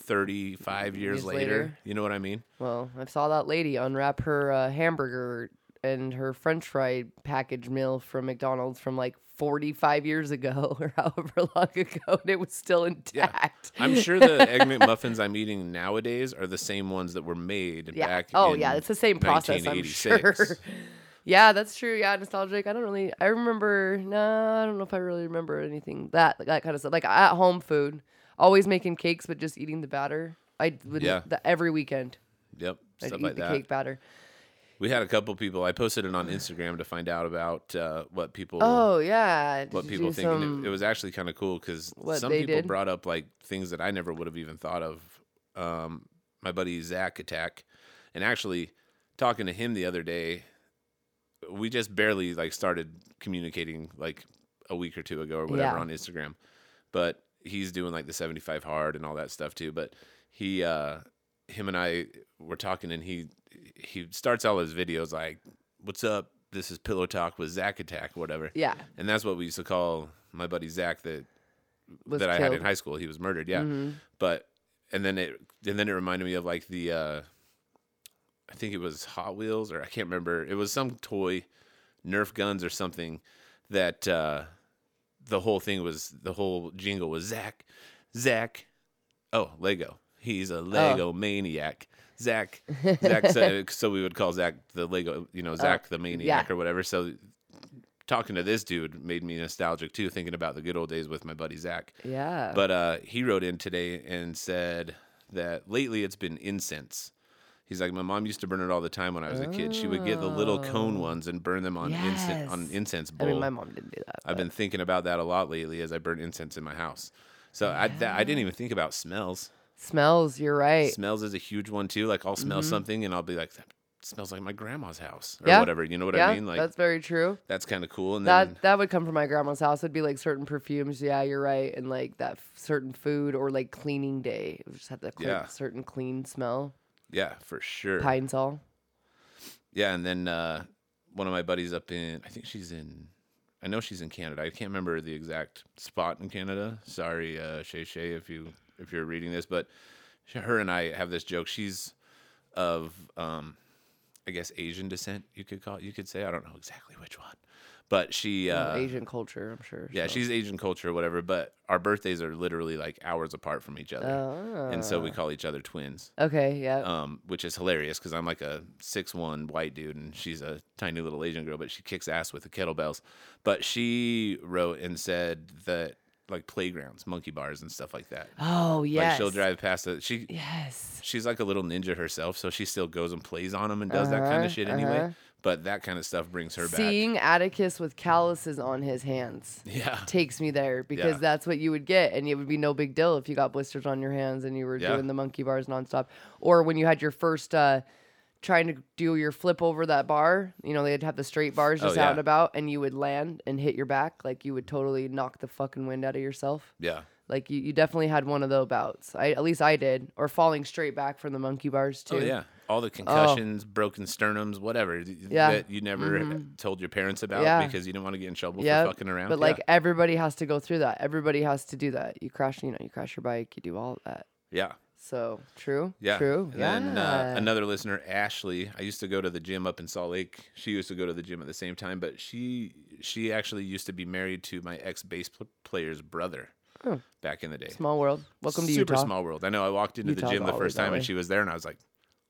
Speaker 2: 35 years
Speaker 3: Mm, Years
Speaker 2: later,
Speaker 3: later.
Speaker 2: you know what I mean?
Speaker 3: Well, I saw that lady unwrap her uh, hamburger and her french fry package meal from McDonald's from like 45 years ago or however long ago, and it was still intact.
Speaker 2: I'm sure the egg McMuffins I'm eating nowadays are the same ones that were made
Speaker 3: Yeah.
Speaker 2: back
Speaker 3: oh,
Speaker 2: in
Speaker 3: yeah. It's the same process, I'm
Speaker 2: 1986.
Speaker 3: sure. yeah, that's true. Yeah, nostalgic. I don't really, I remember, no, I don't know if I really remember anything that, that kind of stuff. Like at home food, always making cakes, but just eating the batter. I would,
Speaker 2: Yeah.
Speaker 3: the, every weekend,
Speaker 2: Yep.
Speaker 3: I'd
Speaker 2: stuff
Speaker 3: eat
Speaker 2: like
Speaker 3: the
Speaker 2: that.
Speaker 3: cake batter.
Speaker 2: We had a couple people. I posted it on Instagram to find out about uh, what people
Speaker 3: Oh, yeah. Did
Speaker 2: what
Speaker 3: you
Speaker 2: people
Speaker 3: do
Speaker 2: think. and it-
Speaker 3: some-
Speaker 2: it, was actually kind of cool because
Speaker 3: what
Speaker 2: some
Speaker 3: they
Speaker 2: people
Speaker 3: did?
Speaker 2: brought up like things that I never would have even thought of. Um, my buddy Zach Attack, and actually talking to him the other day, we just barely like started communicating like a week or two ago or whatever
Speaker 3: Yeah.
Speaker 2: on Instagram, but he's doing like the 75 hard and all that stuff too. But he, uh, him and I were talking and he, he starts all his videos like, what's up? This is pillow talk with Zach attack, whatever.
Speaker 3: Yeah.
Speaker 2: And that's what we used to call my buddy Zach that
Speaker 3: was
Speaker 2: that I had in
Speaker 3: killed.
Speaker 2: high school. He was murdered, yeah.
Speaker 3: Mhm.
Speaker 2: But and then it and then it reminded me of like the uh I think it was Hot Wheels or I can't remember. It was some toy, Nerf guns or something that uh the whole thing was the whole jingle was Zach, Zach, oh Lego. He's
Speaker 3: Oh.
Speaker 2: a Lego maniac. Zach, Zach. so, so we would call Zach the Lego, you
Speaker 3: Oh,
Speaker 2: know, Zach the maniac or whatever. So talking to this dude made me nostalgic too, thinking about the good old days with my buddy Zach.
Speaker 3: Yeah.
Speaker 2: But uh, he wrote in today and said that lately it's been incense. He's like, my mom used to burn it all the time when I was a kid. She would get the little cone ones and burn them on incense on
Speaker 3: Oh. Yes.
Speaker 2: incense
Speaker 3: I
Speaker 2: bowl.
Speaker 3: mean, my mom didn't do that.
Speaker 2: I've been thinking about that a lot lately as I burn incense in my house. So I, that, I didn't even think about smells.
Speaker 3: Smells, you're right. Mm-hmm.
Speaker 2: Smells is a huge one too. Like I'll smell something and I'll be like, that smells like my grandma's house or
Speaker 3: Yeah.
Speaker 2: whatever. You know what
Speaker 3: yeah,
Speaker 2: I mean? Like
Speaker 3: that's
Speaker 2: that's,
Speaker 3: very true.
Speaker 2: kind of cool. And then
Speaker 3: That that would come from my grandma's house. It'd be like certain perfumes. Yeah, you're right. And like that f- certain food or like cleaning day. It just had that clean,
Speaker 2: Yeah.
Speaker 3: certain clean smell.
Speaker 2: yeah, for sure.
Speaker 3: Pine Sol.
Speaker 2: Yeah, and then uh, one of my buddies up in, I think she's in, I know she's in Canada. I can't remember the exact spot in Canada. Sorry, uh, Shay Shay, if you if you're reading this, but she, her and I have this joke. She's of, um, I guess Asian descent. You could call, you could say. I don't know exactly which one, But she,
Speaker 3: Well,
Speaker 2: uh,
Speaker 3: Oh, Asian culture, I'm sure.
Speaker 2: yeah,
Speaker 3: so.
Speaker 2: she's Asian culture or whatever. But our birthdays are literally like hours apart from each other,
Speaker 3: Oh.
Speaker 2: and so we call each other twins.
Speaker 3: Okay, yeah.
Speaker 2: Um, which is hilarious because I'm like a six one white dude and she's a tiny little Asian girl, but she kicks ass with the kettlebells. But she wrote and said that like playgrounds, monkey bars, and stuff like that.
Speaker 3: oh, yes.
Speaker 2: Like she'll drive past it. She
Speaker 3: Yes.
Speaker 2: she's like a little ninja herself, so she still goes and plays on them and does that kind
Speaker 3: Uh-huh,
Speaker 2: of shit anyway.
Speaker 3: uh-huh.
Speaker 2: But that kind of stuff brings her
Speaker 3: Seeing Atticus with calluses on his hands
Speaker 2: back. Yeah.
Speaker 3: takes me there because
Speaker 2: Yeah.
Speaker 3: that's what you would get, and it would be no big deal if you got blisters on your hands and you were
Speaker 2: Yeah.
Speaker 3: doing the monkey bars nonstop, or when you had your first uh, trying to do your flip over that bar. You know they'd have the straight bars
Speaker 2: Oh,
Speaker 3: just
Speaker 2: yeah.
Speaker 3: out and about, and you would land and hit your back like you would totally knock the fucking wind out of yourself.
Speaker 2: Yeah.
Speaker 3: Like you, you definitely had one of those bouts. I at least I did, or falling straight back from the monkey bars too.
Speaker 2: Oh yeah. All the concussions, broken sternums, whatever th-
Speaker 3: Yeah. Mm-hmm.
Speaker 2: that you never told your parents about
Speaker 3: Yeah.
Speaker 2: because you didn't want to get in trouble
Speaker 3: Yep.
Speaker 2: for fucking around.
Speaker 3: But
Speaker 2: Yeah.
Speaker 3: like everybody has to go through that. Everybody has to do that. You crash, you know, you crash your bike, you do all of that.
Speaker 2: yeah.
Speaker 3: So true.
Speaker 2: Yeah.
Speaker 3: True.
Speaker 2: And
Speaker 3: Yeah.
Speaker 2: then uh, another listener, Ashley. I used to go to the gym up in Salt Lake. She used to go to the gym at the same time, but she she actually used to be married to my ex bass pl- player's brother
Speaker 3: Oh.
Speaker 2: back in the day.
Speaker 3: small world. Welcome to
Speaker 2: Super
Speaker 3: Utah.
Speaker 2: small world. I know. I walked into
Speaker 3: Utah's
Speaker 2: the gym the
Speaker 3: always
Speaker 2: first
Speaker 3: that
Speaker 2: time
Speaker 3: way.
Speaker 2: and she was there, and I was like,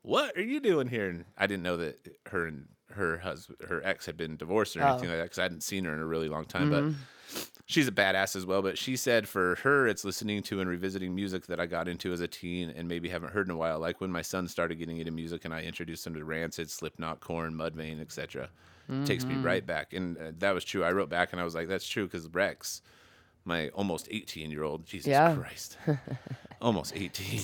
Speaker 2: "What are you doing here?" And I didn't know that her and her husband, her ex, had been divorced or
Speaker 3: Oh.
Speaker 2: anything like that because I hadn't seen her in a really long time.
Speaker 3: Mm-hmm.
Speaker 2: But she's a badass as well. But she said for her, it's listening to and revisiting music that I got into as a teen and maybe haven't heard in a while. Like when my son started getting into music and I introduced him to Rancid, Slipknot, Corn, Mudvayne, etc. Takes
Speaker 3: Mm-hmm.
Speaker 2: me right back, and uh, that was true. I wrote back and I was like, "That's true," because Rex. My almost 18 year old, Jesus
Speaker 3: Yeah.
Speaker 2: Christ almost 18.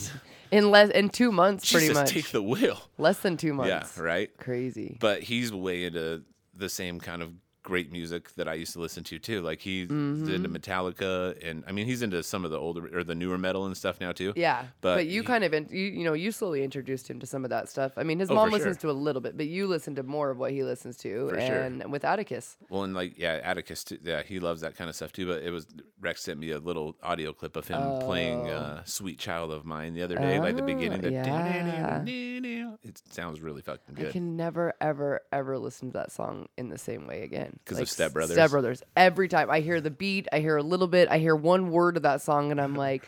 Speaker 3: In less in two months,
Speaker 2: She
Speaker 3: pretty
Speaker 2: says,
Speaker 3: much.
Speaker 2: take the wheel.
Speaker 3: less than two months.
Speaker 2: Yeah, right.
Speaker 3: Crazy.
Speaker 2: But he's way into the same kind of great music that I used to listen to too. Like he's
Speaker 3: Mm-hmm.
Speaker 2: into Metallica, and I mean he's into some of the older or the newer metal and stuff now too.
Speaker 3: yeah.
Speaker 2: but
Speaker 3: But, you
Speaker 2: he-
Speaker 3: kind of in, you, you know you slowly introduced him to some of that stuff. I mean, his
Speaker 2: Oh,
Speaker 3: mom
Speaker 2: for
Speaker 3: listens to a little bit, but you listen to more of what he listens to,
Speaker 2: For sure.
Speaker 3: and with Atticus.
Speaker 2: Well, and like yeah, Atticus, too, yeah, he loves that kind of stuff too. But it was Rex sent me a little audio clip of him playing uh, "Sweet Child of Mine" the other day, like the
Speaker 3: Oh,
Speaker 2: beginning. The
Speaker 3: yeah.
Speaker 2: It sounds really fucking
Speaker 3: I
Speaker 2: good.
Speaker 3: can never, ever, ever listen to that song in the same way again.
Speaker 2: 'Cause of
Speaker 3: Like,
Speaker 2: Step Brothers.
Speaker 3: Step Brothers. Every time I hear the beat, I hear a little bit, I hear one word of that song, and I'm like,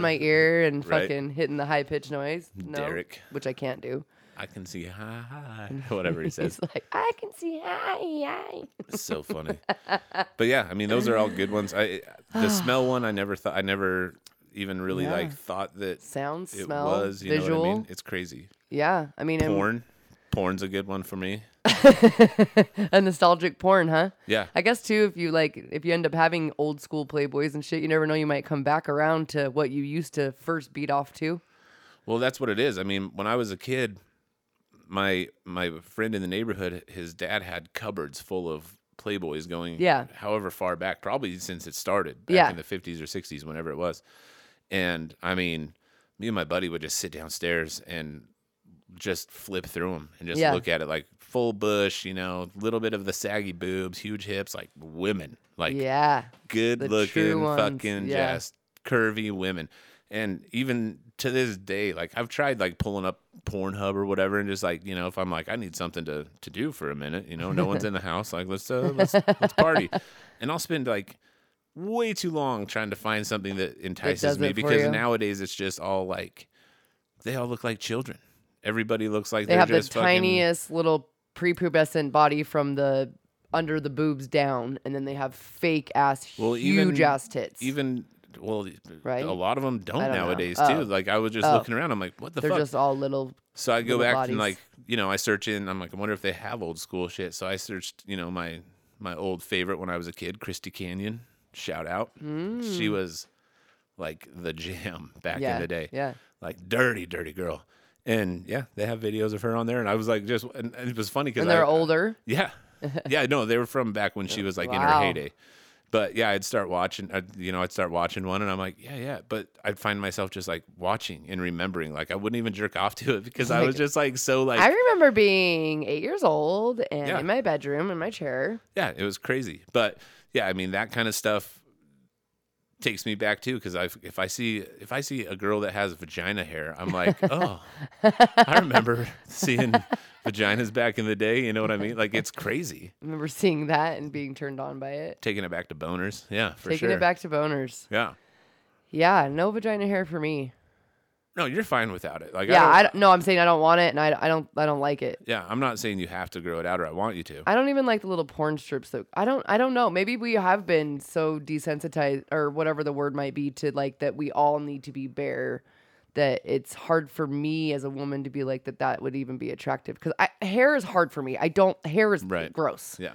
Speaker 3: my ear and
Speaker 2: Right.
Speaker 3: fucking hitting the high pitched noise. No,
Speaker 2: Derek.
Speaker 3: Which I can't do.
Speaker 2: I can see hi, hi, whatever he says.
Speaker 3: It's like, I can see hi, hi.
Speaker 2: It's so funny. but yeah, I mean, those are all good ones. I the smell one, I never thought, I never even really
Speaker 3: Yeah.
Speaker 2: like thought that
Speaker 3: Sound,
Speaker 2: it
Speaker 3: smell,
Speaker 2: was. You
Speaker 3: visual.
Speaker 2: know what I mean? It's crazy.
Speaker 3: Yeah. I mean, and-
Speaker 2: Porn, porn's a good one for me.
Speaker 3: a nostalgic porn, huh?
Speaker 2: Yeah.
Speaker 3: I guess too, if you like, if you end up having old school Playboys and shit, you never know, you might come back around to what you used to first beat off to.
Speaker 2: Well, that's what it is. I mean, when I was a kid, my my friend in the neighborhood, his dad had cupboards full of Playboys going
Speaker 3: Yeah.
Speaker 2: however far back, probably since it started back
Speaker 3: Yeah.
Speaker 2: in the 50s or 60s, whenever it was. And I mean, me and my buddy would just sit downstairs and just flip through them and just
Speaker 3: Yeah.
Speaker 2: look at it like full bush, you know, little bit of the saggy boobs, huge hips, like women, like
Speaker 3: Yeah.
Speaker 2: good
Speaker 3: The
Speaker 2: looking
Speaker 3: true ones,
Speaker 2: fucking
Speaker 3: yeah.
Speaker 2: just curvy women and even to this day like i've tried like pulling up pornhub or whatever and just like you know if i'm like i need something to to do for a minute you know no one's in the house like let's uh, let's let's party and i'll spend like way too long trying to find something that entices
Speaker 3: does
Speaker 2: me
Speaker 3: it for
Speaker 2: because
Speaker 3: you.
Speaker 2: nowadays it's just all like they all look like children everybody looks like
Speaker 3: They
Speaker 2: are
Speaker 3: have the
Speaker 2: just fucking,
Speaker 3: tiniest little prepubescent body from the under the boobs down, and then they have fake ass,
Speaker 2: Well,
Speaker 3: huge
Speaker 2: even-
Speaker 3: ass tits.
Speaker 2: even well
Speaker 3: Right?
Speaker 2: a lot of them don't,
Speaker 3: don't know.
Speaker 2: nowadays
Speaker 3: Oh.
Speaker 2: too like i was just
Speaker 3: Oh.
Speaker 2: looking around i'm like what the
Speaker 3: They're
Speaker 2: fuck
Speaker 3: just all little.
Speaker 2: So I go
Speaker 3: little
Speaker 2: back
Speaker 3: bodies.
Speaker 2: and like, you know, I search in. I'm like, I wonder if they have old school shit. So I searched, you know, my my old favorite when I was a kid, Christy Canyon. Shout out. She was like the jam back
Speaker 3: Mm. Yeah.
Speaker 2: in the day.
Speaker 3: Yeah.
Speaker 2: Like dirty, dirty girl. And yeah, they have videos of her on there. And I was like, just and, and it was funny because
Speaker 3: And they're older.
Speaker 2: yeah. Yeah, no, they were from back when she was like in her
Speaker 3: Wow.
Speaker 2: heyday. But yeah, I'd start watching, I'd, you know, I'd start watching one and I'm like, yeah, yeah. But I'd find myself just like watching and remembering. Like I wouldn't even jerk off to it because I was just like, so like,
Speaker 3: Oh I remember being eight years old and
Speaker 2: Yeah.
Speaker 3: in my bedroom in my chair.
Speaker 2: yeah, it was crazy. But yeah, I mean, that kind of stuff takes me back too because I if I see if I see a girl that has vagina hair, I'm like, oh, I remember seeing vaginas back in the day. You know what I mean? Like it's crazy.
Speaker 3: I remember seeing that and being turned on by it.
Speaker 2: Taking it back to boners, yeah, for
Speaker 3: Taking
Speaker 2: sure.
Speaker 3: it back to boners.
Speaker 2: yeah.
Speaker 3: Yeah, no vagina hair for me.
Speaker 2: No, you're fine without it. Like
Speaker 3: Yeah,
Speaker 2: I
Speaker 3: I
Speaker 2: don't,
Speaker 3: don't, no, I'm saying I don't want it, and I, I don't I don't like it.
Speaker 2: yeah, I'm not saying you have to grow it out or I want you to.
Speaker 3: I don't even like the little porn strips though. I don't I don't know. Maybe we have been so desensitized or whatever the word might be to like that we all need to be bare that it's hard for me as a woman to be like that that would even be attractive cuz I hair is hard for me. I don't hair is
Speaker 2: Right.
Speaker 3: gross.
Speaker 2: yeah.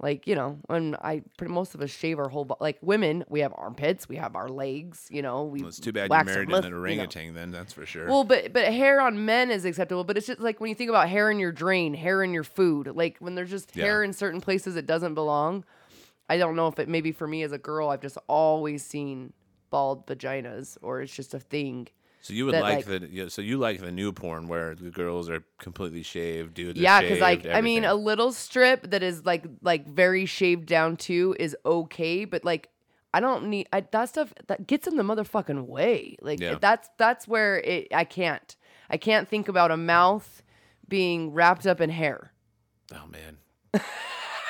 Speaker 3: Like, you know, when I pretty most of us shave our whole bo- like women, we have armpits, we have our legs, you know, we
Speaker 2: Well, it's too bad you
Speaker 3: wax our
Speaker 2: married
Speaker 3: lip,
Speaker 2: an
Speaker 3: you know.
Speaker 2: orangutan then, that's for sure.
Speaker 3: Well, but but hair on men is acceptable. But it's just like when you think about hair in your drain, hair in your food, like when there's just
Speaker 2: Yeah.
Speaker 3: hair in certain places it doesn't belong. I don't know if it maybe for me as a girl, I've just always seen bald vaginas, or it's just a thing.
Speaker 2: so you would
Speaker 3: that,
Speaker 2: like,
Speaker 3: like-
Speaker 2: the yeah, so you like the new porn where the girls are completely shaved, dudes
Speaker 3: yeah,
Speaker 2: because
Speaker 3: like I mean, a little strip that is like like very shaved down too is okay, but like I don't need I, that stuff that gets in the motherfucking way. Like
Speaker 2: Yeah.
Speaker 3: that's that's where it I can't I can't think about a mouth being wrapped up in hair.
Speaker 2: oh man,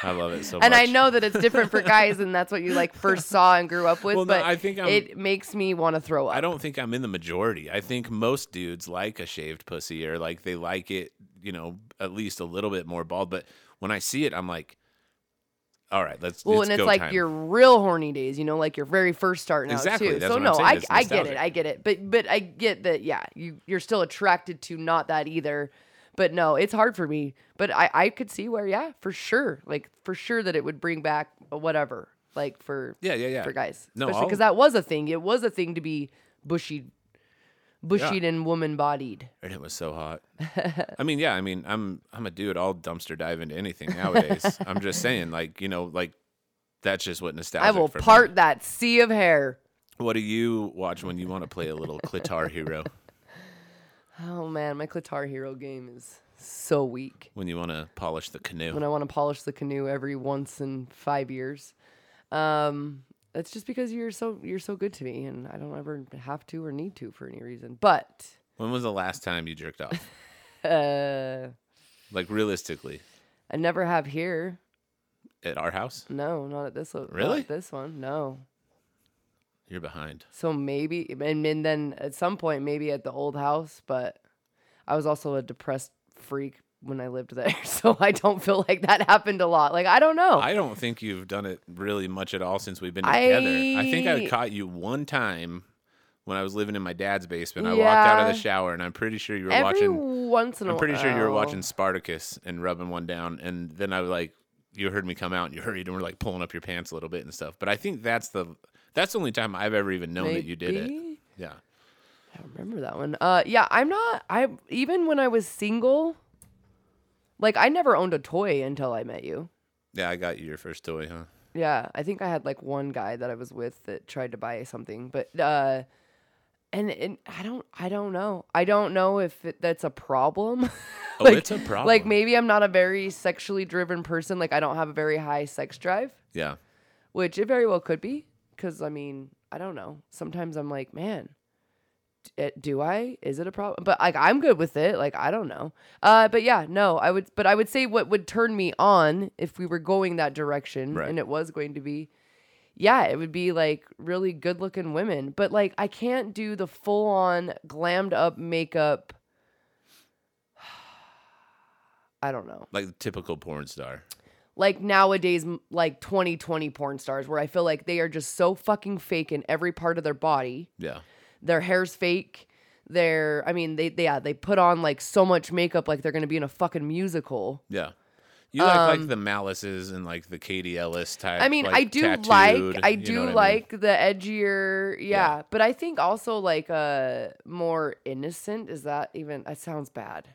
Speaker 2: I love it so much.
Speaker 3: and I know that it's different for guys, and that's what you like first saw and grew up with.
Speaker 2: Well, no,
Speaker 3: but
Speaker 2: I think I'm-
Speaker 3: it makes me want to throw up.
Speaker 2: I don't think I'm in the majority. I think most dudes like a shaved pussy or like they like it, you know, at least a little bit more bald. But when I see it, I'm like, all right, let's.
Speaker 3: well,
Speaker 2: it's
Speaker 3: and it's
Speaker 2: go
Speaker 3: like
Speaker 2: time.
Speaker 3: your real horny days, you know, like your very first start now
Speaker 2: Exactly,
Speaker 3: too.
Speaker 2: that's
Speaker 3: so
Speaker 2: what I'm
Speaker 3: no,
Speaker 2: saying,
Speaker 3: I
Speaker 2: it's
Speaker 3: I get it,
Speaker 2: nostalgic.
Speaker 3: I get it, but but I get that. Yeah, you you're still attracted to not that either. But no, it's hard for me. But I I could see where yeah, for sure, like for sure that it would bring back whatever, like for
Speaker 2: Yeah, yeah, yeah.
Speaker 3: for guys,
Speaker 2: No, I'll-
Speaker 3: because that was a thing. It was a thing to be bushy, bushied and woman bodied.
Speaker 2: and it was so hot. I mean, yeah, I mean, I'm I'm a dude. I'll dumpster dive into anything nowadays. I'm just saying, like, you know, like that's just what nostalgia.
Speaker 3: I will part that sea of hair.
Speaker 2: What do you watch when you want to play a little clitar hero?
Speaker 3: Oh man, my Clitar Hero game is so weak.
Speaker 2: When you want to polish the canoe?
Speaker 3: When I want to polish the canoe every once in five years, um, that's just because you're so you're so good to me, and I don't ever have to or need to for any reason. But
Speaker 2: When was the last time you jerked off?
Speaker 3: uh,
Speaker 2: Like realistically,
Speaker 3: I never have here.
Speaker 2: at our house,
Speaker 3: No, not at this. lo- not
Speaker 2: Really?
Speaker 3: at this one. No.
Speaker 2: you're behind.
Speaker 3: So maybe, and, and then at some point, maybe at the old house, but I was also a depressed freak when I lived there. So I don't feel like that happened a lot. Like, I don't know.
Speaker 2: I don't think you've done it really much at all since we've been together. I, think I
Speaker 3: I-
Speaker 2: caught you one time when I was living in my dad's basement. I walked out of the
Speaker 3: Yeah.
Speaker 2: shower, and I'm pretty sure you were
Speaker 3: Every
Speaker 2: watching.
Speaker 3: once in a
Speaker 2: I'm
Speaker 3: while.
Speaker 2: pretty sure you
Speaker 3: oh.
Speaker 2: were watching Spartacus and rubbing one down, and then I was like, you heard me come out, and you hurried, and were like pulling up your pants a little bit and stuff. But I think that's the that's the only time I've ever even known that you did it.
Speaker 3: Maybe?
Speaker 2: Yeah,
Speaker 3: I don't remember that one. Uh, yeah, I'm not. I even when I was single, like I never owned a toy until I met you.
Speaker 2: yeah, I got you your first toy, huh?
Speaker 3: Yeah, I think I had like one guy that I was with that tried to buy something, but uh and, and I don't I don't know. I don't know if it, that's a problem.
Speaker 2: Oh, it's a problem.
Speaker 3: Like maybe I'm not a very sexually driven person, like I don't have a very high sex drive,
Speaker 2: Yeah,
Speaker 3: which it very well could be cuz I mean, I don't know. Sometimes I'm like, man, d- eh, do I? Is it a problem? But like I'm good with it. Like I don't know. Uh but yeah, no, I would but I would say what would turn me on if we were going that direction
Speaker 2: Right.
Speaker 3: and it was going to be yeah, it would be like really good looking women. But like I can't do the full on glammed up makeup. I don't know.
Speaker 2: like the typical porn star.
Speaker 3: Like nowadays, m- like 2020 porn stars, where I feel like they are just so fucking fake in every part of their body.
Speaker 2: Yeah,
Speaker 3: Their hair's fake. They're, I mean, they, they, yeah, they put on like so much makeup, like they're gonna be in a fucking musical.
Speaker 2: Yeah. You like, like the Malices and like the Katie Ellis type.
Speaker 3: Um, I mean,
Speaker 2: like,
Speaker 3: I do
Speaker 2: tattooed,
Speaker 3: like I
Speaker 2: you know
Speaker 3: do
Speaker 2: what mean?
Speaker 3: like the edgier, yeah.
Speaker 2: Yeah.
Speaker 3: But I think also like uh more innocent is that even that sounds bad.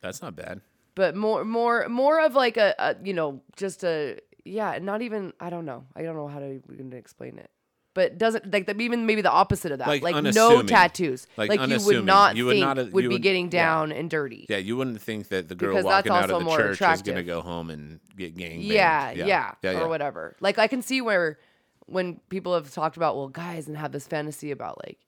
Speaker 2: That's not bad.
Speaker 3: But more more more of like a, a you know just a yeah not even I don't know I don't know how to even explain it. But doesn't like the, even maybe the opposite of that
Speaker 2: Like
Speaker 3: like, no
Speaker 2: unassuming.
Speaker 3: tattoos
Speaker 2: Like
Speaker 3: like, you would
Speaker 2: unassuming.
Speaker 3: not
Speaker 2: You would
Speaker 3: think
Speaker 2: not, uh,
Speaker 3: would
Speaker 2: you
Speaker 3: be
Speaker 2: would-
Speaker 3: getting
Speaker 2: yeah.
Speaker 3: down and dirty.
Speaker 2: Yeah, you wouldn't think that the girl
Speaker 3: Because that's
Speaker 2: walking out
Speaker 3: also
Speaker 2: of the
Speaker 3: more
Speaker 2: church is
Speaker 3: attractive.
Speaker 2: gonna go home and get gang
Speaker 3: yeah, yeah,
Speaker 2: yeah, yeah.
Speaker 3: or whatever. Like I can see where when people have talked about well guys and have this fantasy about like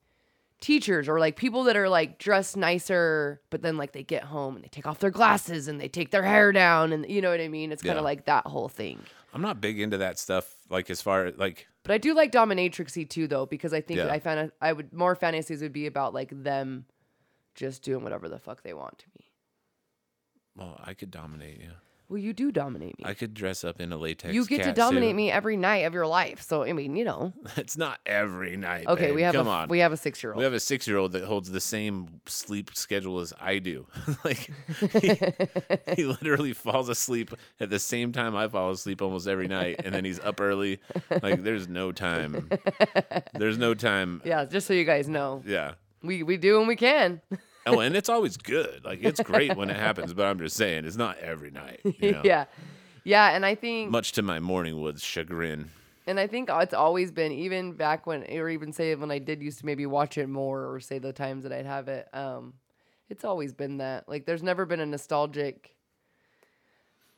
Speaker 3: teachers or like people that are like dressed nicer but then like they get home and they take off their glasses and they take their hair down and you know what i mean it's kind
Speaker 2: Yeah.
Speaker 3: of like that whole thing
Speaker 2: I'm not big into that stuff. Like as far like
Speaker 3: but i do like dominatrixy too though because i think
Speaker 2: Yeah.
Speaker 3: i found i would more fantasies would be about like them just doing whatever the fuck they want to me
Speaker 2: well, I could dominate you.
Speaker 3: well you do dominate me
Speaker 2: I could dress up in a latex.
Speaker 3: you get to
Speaker 2: cat
Speaker 3: dominate
Speaker 2: suit.
Speaker 3: me every night of your life so i mean you know
Speaker 2: It's not every night.
Speaker 3: okay
Speaker 2: babe.
Speaker 3: we have
Speaker 2: Come
Speaker 3: a
Speaker 2: on.
Speaker 3: we have a six year
Speaker 2: We
Speaker 3: old
Speaker 2: have a six year old that holds the same sleep schedule as I do. like he, he literally falls asleep at the same time I fall asleep almost every night, and then he's up early. Like there's no time. There's no time.
Speaker 3: yeah just so you guys know
Speaker 2: Yeah.
Speaker 3: we we do when we can
Speaker 2: Oh, and it's always good. Like it's great when it happens, but I'm just saying it's not every night. You know?
Speaker 3: yeah yeah and i think
Speaker 2: Much to my morning woods chagrin.
Speaker 3: And I think it's always been, even back when, or even say when I did used to maybe watch it more, or say the times that I'd have it. Um, it's always been that. Like, there's never been a nostalgic.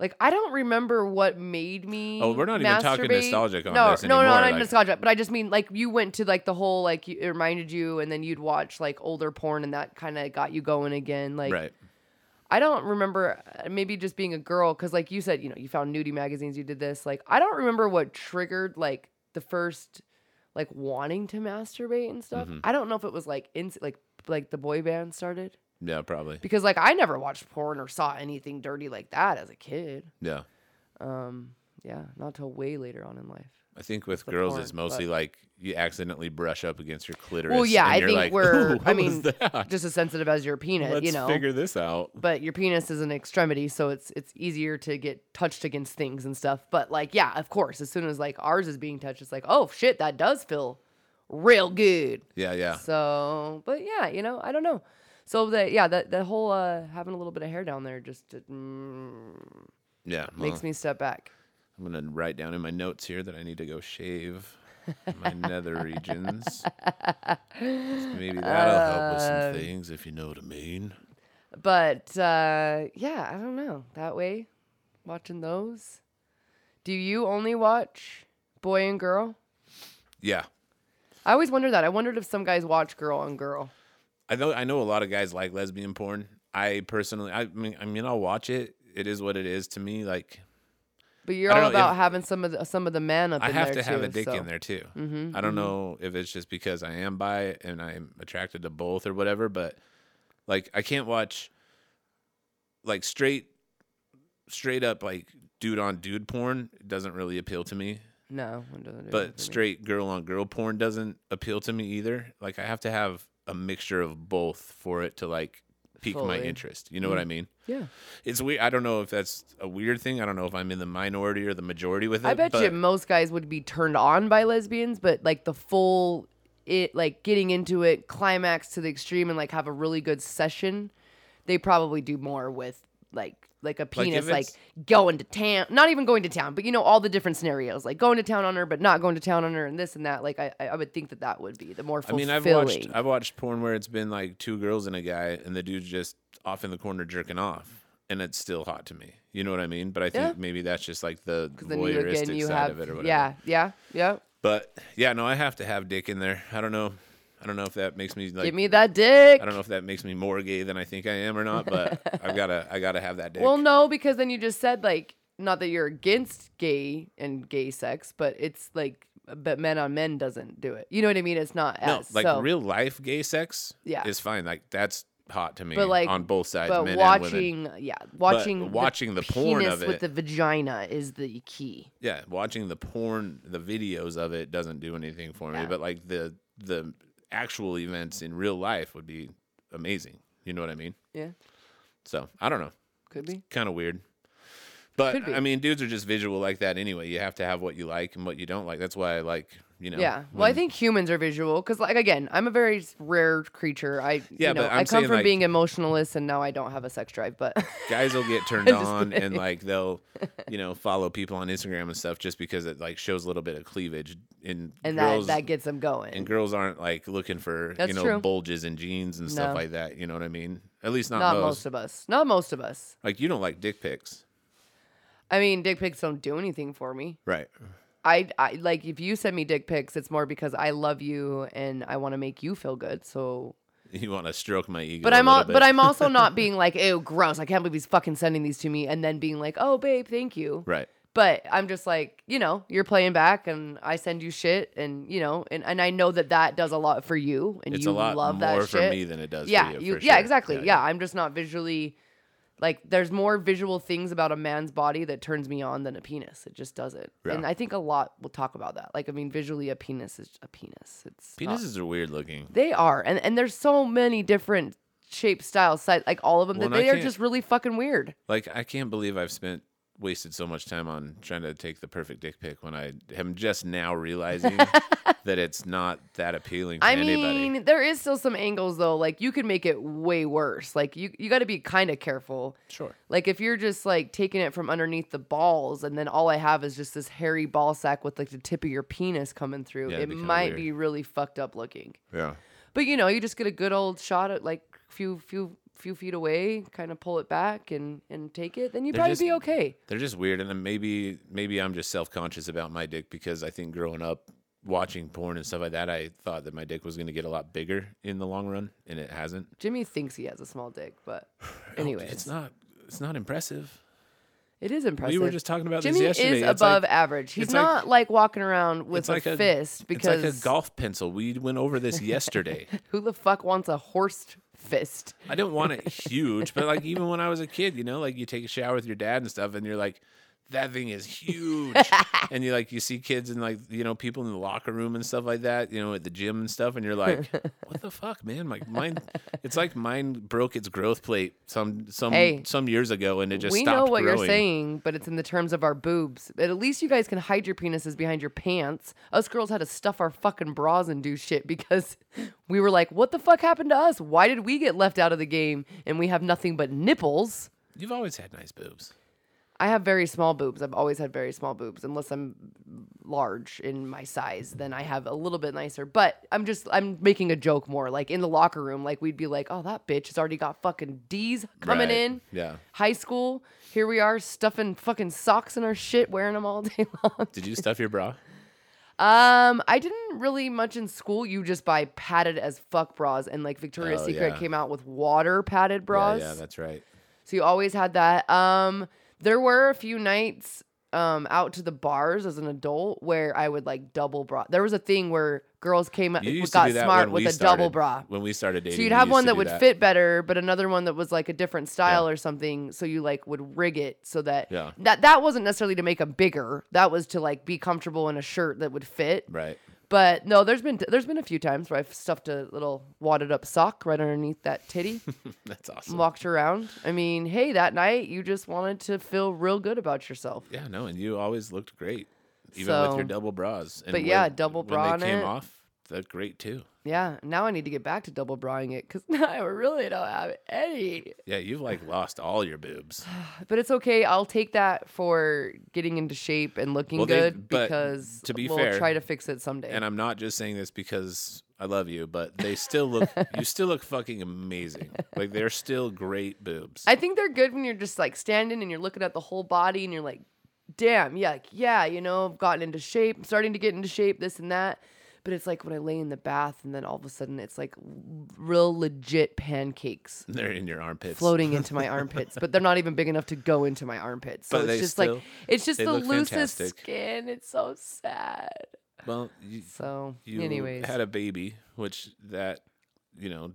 Speaker 3: Like, I don't remember what made me.
Speaker 2: Oh, we're not even talking
Speaker 3: masturbate.
Speaker 2: nostalgic on
Speaker 3: no,
Speaker 2: this
Speaker 3: no, No,
Speaker 2: anymore,
Speaker 3: no, not
Speaker 2: like-
Speaker 3: nostalgic. But I just mean like you went to like the whole like you, it reminded you, and then you'd watch like older porn, and that kind of got you going again. Like,
Speaker 2: right.
Speaker 3: I don't remember uh, maybe just being a girl because, like you said, you know, you found nudie magazines, you did this. Like, I don't remember what triggered like the first, like wanting to masturbate and stuff.
Speaker 2: Mm-hmm.
Speaker 3: I don't know if it was like in like like the boy band started
Speaker 2: Yeah, probably.
Speaker 3: because like I never watched porn or saw anything dirty like that as a kid.
Speaker 2: Yeah.
Speaker 3: Um, yeah, not till way later on in life.
Speaker 2: I think with
Speaker 3: the
Speaker 2: girls,
Speaker 3: porn,
Speaker 2: it's mostly like you accidentally brush up against your clitoris.
Speaker 3: well, yeah,
Speaker 2: and
Speaker 3: I
Speaker 2: you're
Speaker 3: think
Speaker 2: like, "Ooh,
Speaker 3: we're.
Speaker 2: what
Speaker 3: I
Speaker 2: was
Speaker 3: mean,
Speaker 2: that?
Speaker 3: just as sensitive as your penis,
Speaker 2: let's
Speaker 3: you know.
Speaker 2: figure this out.
Speaker 3: but your penis is an extremity, so it's it's easier to get touched against things and stuff. But like, yeah, of course, as soon as like ours is being touched, it's like, oh shit, that does feel real good.
Speaker 2: Yeah, yeah.
Speaker 3: So, but yeah, you know, I don't know. So that yeah, that that whole uh, having a little bit of hair down there just uh, mm,
Speaker 2: Yeah.
Speaker 3: makes me step back.
Speaker 2: I'm going to write down in my notes here that I need to go shave my nether regions. Maybe that'll help with
Speaker 3: Um,
Speaker 2: some things, if you know what I mean.
Speaker 3: But uh, yeah, I don't know. That way, watching those. Do you only watch boy and girl?
Speaker 2: Yeah.
Speaker 3: I always wonder that. I wondered if some guys watch girl on girl.
Speaker 2: I know I know a lot of guys like lesbian porn. I personally I mean I mean I'll watch it. It is what it is to me. Like
Speaker 3: But you're
Speaker 2: I
Speaker 3: all
Speaker 2: don't know,
Speaker 3: about
Speaker 2: if-
Speaker 3: having some of the, some of the men up
Speaker 2: I
Speaker 3: in
Speaker 2: have
Speaker 3: there
Speaker 2: to have
Speaker 3: too,
Speaker 2: a dick
Speaker 3: so. Mm-hmm,
Speaker 2: in there too. I don't know if it's just because I am bi and I'm attracted to both or whatever, but like I can't watch like straight straight up like dude on dude porn doesn't really appeal to me.
Speaker 3: mm-hmm. No, it doesn't do
Speaker 2: But
Speaker 3: anything for me.
Speaker 2: straight girl on girl porn doesn't appeal to me either. Like I have to have a mixture of both for it to like pique my
Speaker 3: Fully. Mm-hmm.
Speaker 2: interest. You know what I mean?
Speaker 3: Yeah,
Speaker 2: It's weird. I don't know if that's a weird thing. I don't know if I'm in the minority or the majority with it.
Speaker 3: I bet you
Speaker 2: but-
Speaker 3: most guys would be turned on by lesbians, but like the full it like getting into it, climax to the extreme, and like have a really good session. They probably do more with like like a
Speaker 2: if
Speaker 3: penis like,
Speaker 2: it's-
Speaker 3: going to town not even going to town but you know all the different scenarios like going to town on her but not going to town on her and this and that like i i I would think that that would be the more
Speaker 2: I
Speaker 3: fulfilling
Speaker 2: mean, I've watched I've watched porn where it's been like two girls and a guy, and the dude's just off in the corner jerking off, and it's still hot to me. You know what I mean? But I think
Speaker 3: Yeah.
Speaker 2: maybe that's just like the
Speaker 3: then you
Speaker 2: voyeuristic
Speaker 3: again you
Speaker 2: side
Speaker 3: have
Speaker 2: of it or whatever.
Speaker 3: yeah yeah yeah
Speaker 2: But yeah, no, I have to have dick in there. I don't know. I don't know if that makes me like.
Speaker 3: Give me that dick.
Speaker 2: I don't know if that makes me more gay than I think I am or not, but I've gotta I gotta have that dick.
Speaker 3: Well, no, because then you just said like not that you're against gay and gay sex, but it's like but men on men doesn't do it. You know what I mean? It's not
Speaker 2: No,
Speaker 3: as
Speaker 2: like
Speaker 3: so.
Speaker 2: real life gay sex
Speaker 3: Yeah.
Speaker 2: is fine. Like that's hot to me
Speaker 3: but like
Speaker 2: on both sides,
Speaker 3: But
Speaker 2: men and women.
Speaker 3: watching, yeah, watching,
Speaker 2: watching the porn
Speaker 3: penis
Speaker 2: of
Speaker 3: with
Speaker 2: it-
Speaker 3: the vagina is the key.
Speaker 2: yeah, watching the porn, the videos of it doesn't do anything for me,
Speaker 3: Yeah.
Speaker 2: but like the the actual events in real life would be amazing. You know what I mean?
Speaker 3: Yeah,
Speaker 2: So I don't know,
Speaker 3: could be.
Speaker 2: kind of weird,
Speaker 3: Could
Speaker 2: but
Speaker 3: be.
Speaker 2: I mean, dudes are just visual like that anyway. You have to have what you like and what you don't like. That's why I like you know.
Speaker 3: Yeah. Well,
Speaker 2: when-
Speaker 3: I think humans are visual because, like, again, I'm a very s- rare creature. I,
Speaker 2: Yeah,
Speaker 3: you know,
Speaker 2: but I'm
Speaker 3: I come
Speaker 2: saying,
Speaker 3: from
Speaker 2: like-
Speaker 3: being emotionalist, and now I don't have a sex drive. But
Speaker 2: guys will get turned on and like they'll you know follow people on Instagram and stuff just because it like shows a little bit of cleavage in
Speaker 3: and
Speaker 2: girls
Speaker 3: that that gets them going.
Speaker 2: and girls aren't like looking for
Speaker 3: That's
Speaker 2: you know
Speaker 3: true.
Speaker 2: bulges and jeans and stuff
Speaker 3: No.
Speaker 2: like that. You know what I mean? At least not,
Speaker 3: not
Speaker 2: most.
Speaker 3: most of us. Not most of us.
Speaker 2: Like you don't like dick pics,
Speaker 3: I mean, dick pics don't do anything for me.
Speaker 2: right?
Speaker 3: I, I like if you send me dick pics, it's more because I love you and I want to make you feel good. So,
Speaker 2: You want to stroke my ego?
Speaker 3: but I'm
Speaker 2: a
Speaker 3: all,
Speaker 2: little bit.
Speaker 3: but I'm also not being like, ew, gross. I can't believe he's fucking sending these to me, and then being like, oh, babe, thank you.
Speaker 2: right.
Speaker 3: But I'm just like, you know, you're playing back, and I send you shit, and you know, and, and I know that that does a lot for you, and
Speaker 2: It's
Speaker 3: you
Speaker 2: a lot
Speaker 3: love
Speaker 2: more
Speaker 3: that
Speaker 2: for
Speaker 3: shit.
Speaker 2: me than it does
Speaker 3: yeah,
Speaker 2: for you. for
Speaker 3: yeah,
Speaker 2: sure.
Speaker 3: exactly. Yeah, I'm just not visually like there's more visual things about a man's body that turns me on than a penis. It just doesn't.
Speaker 2: Yeah.
Speaker 3: And I think a lot will talk about that. Like I mean, visually, a penis is a penis. It's not-
Speaker 2: Penises are weird looking.
Speaker 3: they are, and and there's so many different shapes, styles, size, like all of them.
Speaker 2: Well,
Speaker 3: that
Speaker 2: and I
Speaker 3: they are
Speaker 2: can't-
Speaker 3: just really fucking weird.
Speaker 2: Like I can't believe I've spent wasted so much time on trying to take the perfect dick pic when I am just now realizing that it's not that appealing to
Speaker 3: I
Speaker 2: anybody.
Speaker 3: mean, there is still some angles though. Like you could make it way worse. Like you you got to be kind of careful.
Speaker 2: sure.
Speaker 3: Like if you're just like taking it from underneath the balls, and then all I have is just this hairy ball sack with like the tip of your penis coming through,
Speaker 2: Yeah,
Speaker 3: it
Speaker 2: that'd be kinda
Speaker 3: might
Speaker 2: weird.
Speaker 3: be really fucked up looking.
Speaker 2: Yeah.
Speaker 3: But you know, you just get a good old shot at like few few few feet away, kind of pull it back and and take it. Then you
Speaker 2: They're
Speaker 3: probably
Speaker 2: just-
Speaker 3: be okay.
Speaker 2: They're just weird, and then maybe maybe I'm just self conscious about my dick because I think growing up watching porn and stuff like that, I thought that my dick was going to get a lot bigger in the long run, and it hasn't.
Speaker 3: Jimmy thinks he has a small dick, but
Speaker 2: Anyway,
Speaker 3: anyways,
Speaker 2: it's not it's not impressive.
Speaker 3: it is impressive.
Speaker 2: We were just talking about
Speaker 3: Jimmy
Speaker 2: this yesterday.
Speaker 3: is
Speaker 2: It's
Speaker 3: above
Speaker 2: like-
Speaker 3: average. He's
Speaker 2: it's like-
Speaker 3: not like, walking around with
Speaker 2: it's like
Speaker 3: a, fist because
Speaker 2: it's like a golf pencil. We went over this yesterday.
Speaker 3: who the fuck wants a horsed fist?
Speaker 2: I didn't want it huge, but like even when I was a kid, you know, like you take a shower with your dad and stuff, and you're like, that thing is huge. and you like you see kids and like you know people in the locker room and stuff like that, you know, at the gym and stuff, and you're like, what the fuck, man? Like mine, it's like mine broke its growth plate some some
Speaker 3: Hey,
Speaker 2: some years ago, and it just
Speaker 3: we
Speaker 2: stopped
Speaker 3: know what
Speaker 2: growing.
Speaker 3: you're saying, but it's in the terms of our boobs. But at least you guys can hide your penises behind your pants. Us girls had to stuff our fucking bras and do shit because we were like, what the fuck happened to us? Why did we get left out of the game and we have nothing but nipples?
Speaker 2: You've always had nice boobs.
Speaker 3: I have very small boobs. I've always had very small boobs, unless I'm large in my size, then I have a little bit nicer. But I'm just I'm making a joke more. Like in the locker room, like we'd be like, "Oh, that bitch has already got fucking D's coming
Speaker 2: Right.
Speaker 3: in."
Speaker 2: Yeah.
Speaker 3: High school, here we are stuffing fucking socks in our shit, wearing them all day long.
Speaker 2: Did you stuff your bra?
Speaker 3: Um, I didn't really much in school. You just buy padded as fuck bras, and like Victoria's
Speaker 2: Oh,
Speaker 3: Secret
Speaker 2: yeah.
Speaker 3: came out with water padded bras.
Speaker 2: Yeah, yeah, that's right.
Speaker 3: So you always had that. Um, there were a few nights um out to the bars as an adult where I would like double bra. There was a thing where girls came
Speaker 2: You used to
Speaker 3: got
Speaker 2: do that
Speaker 3: smart
Speaker 2: when
Speaker 3: with
Speaker 2: we
Speaker 3: a double
Speaker 2: started-
Speaker 3: bra.
Speaker 2: when we started dating.
Speaker 3: So you'd
Speaker 2: we
Speaker 3: have
Speaker 2: used
Speaker 3: one
Speaker 2: to
Speaker 3: that
Speaker 2: do
Speaker 3: would fit better, but another one that was like a different style or something. So you like would rig it so that
Speaker 2: Yeah.
Speaker 3: that that wasn't necessarily to make them bigger. That was to like be comfortable in a shirt that would fit.
Speaker 2: Right.
Speaker 3: But no, there's been there's been a few times where I've stuffed a little wadded up sock right underneath that titty
Speaker 2: That's awesome.
Speaker 3: walked around. I mean, hey, that night you just wanted to feel real good about yourself.
Speaker 2: Yeah, no, and you always looked great, even with
Speaker 3: So-
Speaker 2: your double bras. And
Speaker 3: but
Speaker 2: when-
Speaker 3: yeah, double bra
Speaker 2: when
Speaker 3: on
Speaker 2: they came
Speaker 3: it.
Speaker 2: off, looked great too.
Speaker 3: Yeah, now I need to get back to double braing it because now I really don't have any.
Speaker 2: Yeah, you've like lost all your boobs.
Speaker 3: But it's okay. I'll take that for getting into shape and looking
Speaker 2: Well, they-
Speaker 3: good
Speaker 2: but
Speaker 3: because
Speaker 2: to be
Speaker 3: we'll
Speaker 2: fair,
Speaker 3: try to fix it someday.
Speaker 2: And I'm not just saying this because I love you, but they still look. you still look fucking amazing. Like they're still great boobs.
Speaker 3: I think they're good when you're just like standing and you're looking at the whole body and you're like, damn, yeah, like, yeah, you know, I've gotten into shape, I'm starting to get into shape, this and that. But it's like when I lay in the bath and then all of a sudden it's like real legit pancakes
Speaker 2: they're in your armpits.
Speaker 3: floating into my armpits, but they're not even big enough to go into my armpits. So
Speaker 2: But
Speaker 3: it's
Speaker 2: they
Speaker 3: just like
Speaker 2: still-
Speaker 3: it's just
Speaker 2: they
Speaker 3: the
Speaker 2: look
Speaker 3: loosest
Speaker 2: fantastic.
Speaker 3: skin. It's so sad.
Speaker 2: Well, you,
Speaker 3: So,
Speaker 2: you
Speaker 3: anyways,
Speaker 2: had a baby, which that you know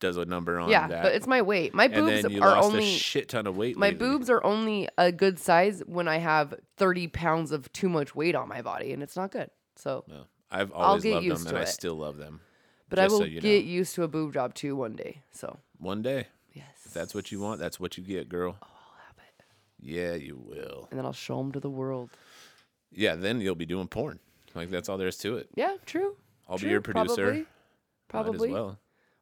Speaker 2: does a number on
Speaker 3: yeah,
Speaker 2: that.
Speaker 3: but it's my weight. My
Speaker 2: and
Speaker 3: boobs
Speaker 2: then you
Speaker 3: are
Speaker 2: lost
Speaker 3: only
Speaker 2: a shit ton of weight.
Speaker 3: My
Speaker 2: lately.
Speaker 3: boobs are only a good size when I have 30 pounds of too much weight on my body, and it's not good. So,
Speaker 2: No, I've always
Speaker 3: get
Speaker 2: loved them,
Speaker 3: used
Speaker 2: and
Speaker 3: to
Speaker 2: I
Speaker 3: it.
Speaker 2: still love them.
Speaker 3: but I
Speaker 2: Just
Speaker 3: will
Speaker 2: so you know.
Speaker 3: get used to a boob job too one day. So,
Speaker 2: One day.
Speaker 3: yes.
Speaker 2: If that's what you want, that's what you get, girl. Oh, I'll have it. Yeah, you will.
Speaker 3: And then I'll show them to the world.
Speaker 2: Yeah, then you'll be doing porn. Like that's all there is to it.
Speaker 3: Yeah, true.
Speaker 2: I'll
Speaker 3: true,
Speaker 2: be your producer.
Speaker 3: Probably. probably.
Speaker 2: Might as well.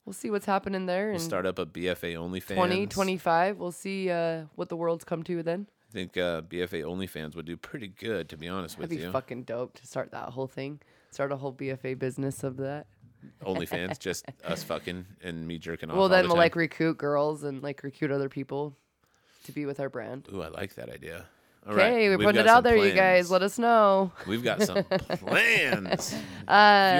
Speaker 3: We'll see what's happening there in
Speaker 2: We'll start up a BFA OnlyFans.
Speaker 3: 2025. We'll see uh, what the world's come to then.
Speaker 2: I think uh, BFA OnlyFans would do pretty good, to be honest
Speaker 3: That'd
Speaker 2: with
Speaker 3: be
Speaker 2: you.
Speaker 3: fucking dope to start that whole thing. Start a whole BFA business of that.
Speaker 2: OnlyFans, just us fucking and me jerking off.
Speaker 3: well,
Speaker 2: all
Speaker 3: then
Speaker 2: the
Speaker 3: we'll
Speaker 2: time.
Speaker 3: like recruit girls and like recruit other people to be with our brand.
Speaker 2: Ooh, I like that idea. All right,
Speaker 3: Okay,
Speaker 2: we've
Speaker 3: we're putting
Speaker 2: got
Speaker 3: it out
Speaker 2: some
Speaker 3: there, you guys.
Speaker 2: plans.
Speaker 3: Let us know.
Speaker 2: We've got some plans. if you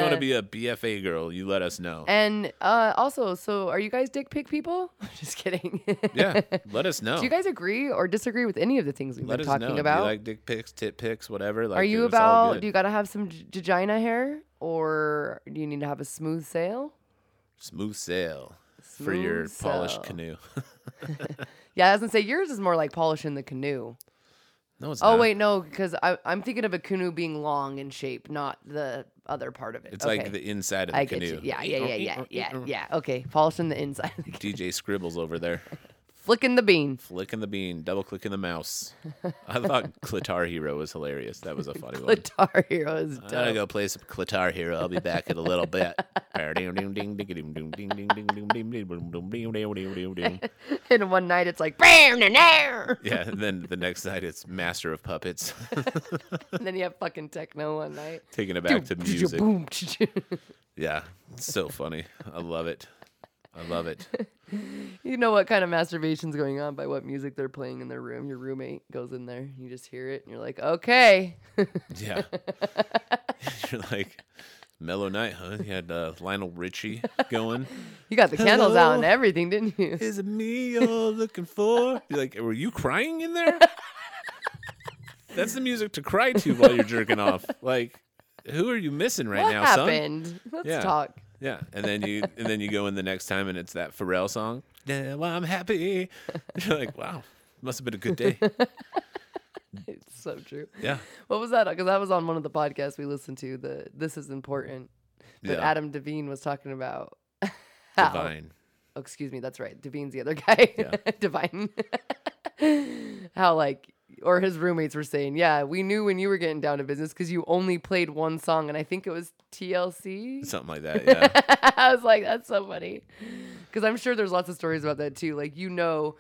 Speaker 2: want to be a BFA girl, you let us know.
Speaker 3: And uh, also, so are you guys dick pic people? Just kidding.
Speaker 2: yeah, let us know.
Speaker 3: Do you guys agree or disagree with any of the things we've
Speaker 2: let
Speaker 3: been
Speaker 2: us
Speaker 3: talking
Speaker 2: know. Do
Speaker 3: about?
Speaker 2: you like dick pics, tit pics, whatever? Like,
Speaker 3: are you
Speaker 2: it's all
Speaker 3: about?
Speaker 2: good.
Speaker 3: Do you got to have some g- gina hair, or do you need to have a smooth sail?
Speaker 2: smooth sail for your
Speaker 3: Smooth
Speaker 2: polished
Speaker 3: sail.
Speaker 2: canoe?
Speaker 3: Yeah, I was gonna say yours is more like polishing the canoe.
Speaker 2: no, it's
Speaker 3: Oh
Speaker 2: not.
Speaker 3: wait, no, because I'm thinking of a canoe being long in shape, not the other part of it.
Speaker 2: It's
Speaker 3: Okay.
Speaker 2: like the inside of the
Speaker 3: I get
Speaker 2: canoe.
Speaker 3: you. Yeah, yeah, yeah, yeah, yeah, yeah. Okay, polishing the inside, of the canoe.
Speaker 2: DJ scribbles over there,
Speaker 3: flicking the bean.
Speaker 2: flicking the bean, double clicking the mouse. I thought Clitar Hero was hilarious. That was a funny one.
Speaker 3: Guitar hero is dope.
Speaker 2: I gotta go play some Clitar Hero. I'll be back in a little bit.
Speaker 3: And one night it's like bam, na, na.
Speaker 2: yeah, and then the next night it's Master of Puppets,
Speaker 3: and then you have fucking techno one night.
Speaker 2: taking it back to music.
Speaker 3: Boom.
Speaker 2: Yeah, it's so funny. I love it. I love it.
Speaker 3: you know what kind of masturbation's going on by what music they're playing in their room. Your roommate goes in there, you just hear it, and you're like, okay.
Speaker 2: Yeah. You're like, mellow night, huh? You had uh, Lionel Richie going.
Speaker 3: You got the candles out and
Speaker 2: Hello.
Speaker 3: everything, didn't you?
Speaker 2: Is it me you're looking for? You're like, were you crying in there? That's the music to cry to while you're jerking off. Like, who are you missing right
Speaker 3: what
Speaker 2: now, son?
Speaker 3: happened? Let's
Speaker 2: Yeah.
Speaker 3: talk.
Speaker 2: Yeah, and then you and then you go in the next time and it's that Pharrell song. Now I'm happy. You're like, wow, must have been a good day.
Speaker 3: It's so true.
Speaker 2: Yeah,
Speaker 3: What was that? Because that was on one of the podcasts we listened to. The this is important that
Speaker 2: yeah,
Speaker 3: Adam Devine was talking about. how-
Speaker 2: divine.
Speaker 3: Oh, excuse me, that's right. Devine's the other guy.
Speaker 2: Yeah.
Speaker 3: Divine. How like or his roommates were saying, yeah, we knew when you were getting down to business because you only played one song, and I think it was TLC.
Speaker 2: Something like that. Yeah.
Speaker 3: I was like, that's so funny, because I'm sure there's lots of stories about that too. Like you know,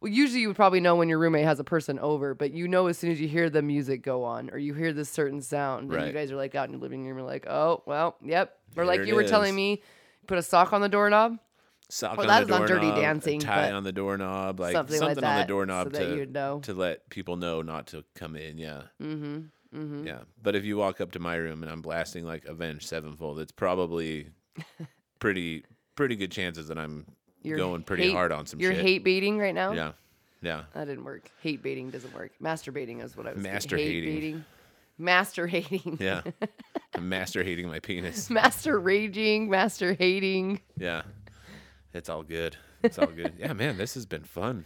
Speaker 3: well, usually you would probably know when your roommate has a person over, but you know as soon as you hear the music go on or you hear this certain sound, and you
Speaker 2: Right.
Speaker 3: guys are like out in your living room, you're like, oh well, yep. Or like
Speaker 2: Here it
Speaker 3: you were telling
Speaker 2: is.
Speaker 3: me, put a sock on the doorknob.
Speaker 2: sock
Speaker 3: Well,
Speaker 2: on the
Speaker 3: that's not
Speaker 2: doorknob,
Speaker 3: Dirty
Speaker 2: a
Speaker 3: Dancing,
Speaker 2: tie
Speaker 3: but
Speaker 2: on the doorknob, like
Speaker 3: something
Speaker 2: something,
Speaker 3: like
Speaker 2: on the
Speaker 3: that,
Speaker 2: doorknob
Speaker 3: so that
Speaker 2: to
Speaker 3: you'd know.
Speaker 2: to let people know not to come in. Yeah,
Speaker 3: Mm-hmm. Mm-hmm.
Speaker 2: yeah. But if you walk up to my room and I'm blasting like Avenged Sevenfold, it's probably pretty pretty good chances that I'm
Speaker 3: You're
Speaker 2: going pretty
Speaker 3: hate-
Speaker 2: hard on some
Speaker 3: You're
Speaker 2: shit.
Speaker 3: hate baiting right now.
Speaker 2: yeah, yeah.
Speaker 3: that didn't work. Hate baiting doesn't work. Masturbating is what I was. thinking.
Speaker 2: Master
Speaker 3: hate
Speaker 2: hating.
Speaker 3: baiting. Master hating.
Speaker 2: Yeah. I'm master hating my penis.
Speaker 3: master raging. Master hating.
Speaker 2: Yeah. It's all good. It's all good. Yeah, man, this has been fun.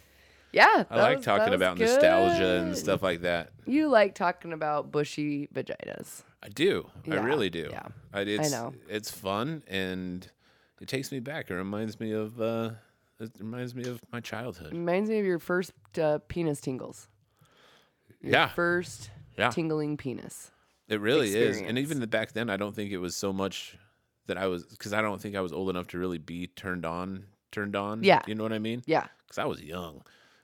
Speaker 3: Yeah,
Speaker 2: I
Speaker 3: that
Speaker 2: like
Speaker 3: was- that
Speaker 2: talking
Speaker 3: was
Speaker 2: about nostalgia and
Speaker 3: good.
Speaker 2: stuff like that.
Speaker 3: You like talking about bushy vaginas.
Speaker 2: I do. I
Speaker 3: Yeah,
Speaker 2: really do.
Speaker 3: yeah.
Speaker 2: I, it's,
Speaker 3: know.
Speaker 2: It's fun and it takes me back. It reminds me of uh, it reminds me of my childhood.
Speaker 3: Reminds me of your first uh, penis tingles.
Speaker 2: Yeah,
Speaker 3: First
Speaker 2: yeah.
Speaker 3: tingling penis.
Speaker 2: It really is. And
Speaker 3: experience.
Speaker 2: even the, back then, I don't think it was so much that I was because I don't think I was old enough to really be turned on. Turned on.
Speaker 3: Yeah.
Speaker 2: You know what I mean?
Speaker 3: Yeah.
Speaker 2: Because I was young,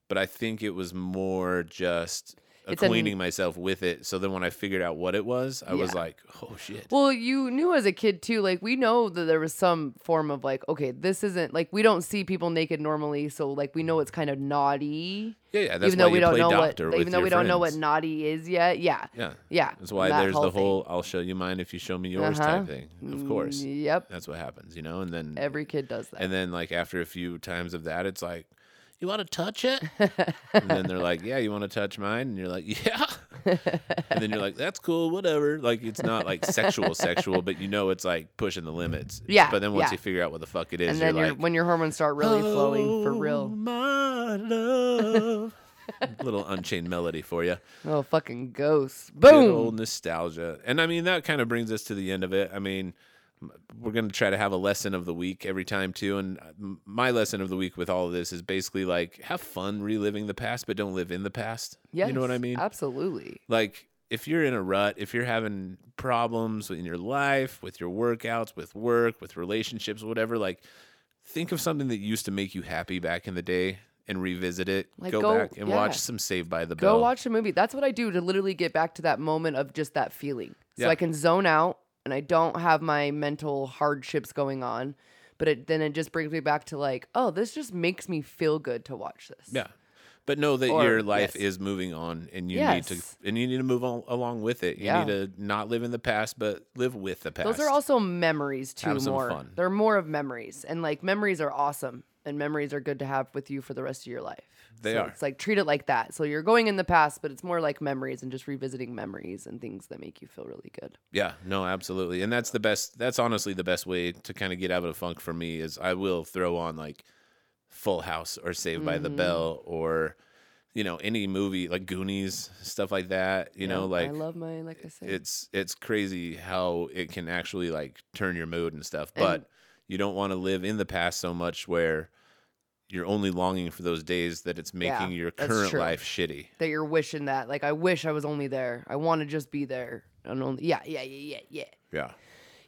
Speaker 2: but I think it was more just
Speaker 3: It's an-
Speaker 2: acquainting myself with it. So then when I figured out what it was, I was
Speaker 3: Yeah.
Speaker 2: like, oh shit.
Speaker 3: Well, you knew as a kid too. Like we know that there was some form of like, okay, this isn't like we don't see people naked normally, so like we know it's kind of naughty.
Speaker 2: yeah, yeah. That's
Speaker 3: even
Speaker 2: why
Speaker 3: though we
Speaker 2: you
Speaker 3: don't
Speaker 2: play
Speaker 3: know what,
Speaker 2: doctor with
Speaker 3: even though
Speaker 2: your
Speaker 3: we don't know what
Speaker 2: friends.
Speaker 3: naughty is yet. Yeah.
Speaker 2: Yeah.
Speaker 3: Yeah.
Speaker 2: That's why
Speaker 3: that
Speaker 2: there's the
Speaker 3: thing.
Speaker 2: whole I'll show you mine if you show me yours
Speaker 3: Uh-huh.
Speaker 2: type thing. Of course.
Speaker 3: Mm, Yep.
Speaker 2: That's what happens, you know? And then
Speaker 3: Every kid does that.
Speaker 2: and then like after a few times of that it's like, You wanna touch it? and then they're like, Yeah, you wanna touch mine? And you're like, Yeah And then you're like, That's cool, whatever. Like it's not like sexual sexual, but you know it's like pushing the limits.
Speaker 3: Yeah,
Speaker 2: But then once
Speaker 3: yeah.
Speaker 2: you figure out what the fuck it is,
Speaker 3: And
Speaker 2: you're
Speaker 3: then your
Speaker 2: like
Speaker 3: when your hormones start really flowing for
Speaker 2: "Oh,
Speaker 3: real.
Speaker 2: My love. Little unchained melody for you.
Speaker 3: Oh fucking ghosts.
Speaker 2: Good
Speaker 3: Boom.
Speaker 2: old nostalgia. And I mean, that kind of brings us to the end of it. I mean, m- we're going to try to have a lesson of the week every time, too. And uh, m- my lesson of the week with all of this is basically like have fun reliving the past, but don't live in the past.
Speaker 3: Yes,
Speaker 2: You know what I mean?
Speaker 3: Absolutely.
Speaker 2: like, if you're in a rut, if you're having problems in your life, with your workouts, with work, with relationships, whatever, like, think of something that used to make you happy back in the day and revisit it.
Speaker 3: Like,
Speaker 2: go,
Speaker 3: go-
Speaker 2: back and
Speaker 3: yeah.
Speaker 2: watch some Saved by the
Speaker 3: Go
Speaker 2: Bell.
Speaker 3: watch a movie. That's what I do to literally get back to that moment of just that feeling. So
Speaker 2: Yeah.
Speaker 3: I can zone out and I don't have my mental hardships going on. But it, then it just brings me back to like, oh, this just makes me feel good to watch this.
Speaker 2: Yeah. But know that
Speaker 3: Or-
Speaker 2: your life
Speaker 3: yes.
Speaker 2: is moving on, and you need
Speaker 3: Yes.
Speaker 2: to and you need to move on, along with it. You
Speaker 3: Yeah.
Speaker 2: need to not live in the past, but live with the past.
Speaker 3: Those are also memories too.
Speaker 2: Have some
Speaker 3: more,
Speaker 2: fun.
Speaker 3: they're more of memories, and like memories are awesome, and memories are good to have with you for the rest of your life.
Speaker 2: They
Speaker 3: So
Speaker 2: are.
Speaker 3: It's like treat it like that. So you're going in the past, but it's more like memories and just revisiting memories and things that make you feel really good.
Speaker 2: Yeah, no, absolutely. And that's the best that's honestly the best way to kind of get out of the funk for me is I will throw on like Full House or Saved by
Speaker 3: Mm-hmm.
Speaker 2: the Bell or you know, any movie like Goonies, stuff like that, you know, like
Speaker 3: I love my like I said.
Speaker 2: it's it's crazy how it can actually like turn your mood and stuff. But
Speaker 3: And-
Speaker 2: you don't want to live in the past so much where you're only longing for those days that it's
Speaker 3: Yeah,
Speaker 2: making your
Speaker 3: that's
Speaker 2: current
Speaker 3: true.
Speaker 2: life shitty.
Speaker 3: that you're wishing that. Like I wish I was only there. I want to just be there. And only yeah, yeah, yeah, yeah, yeah.
Speaker 2: Yeah.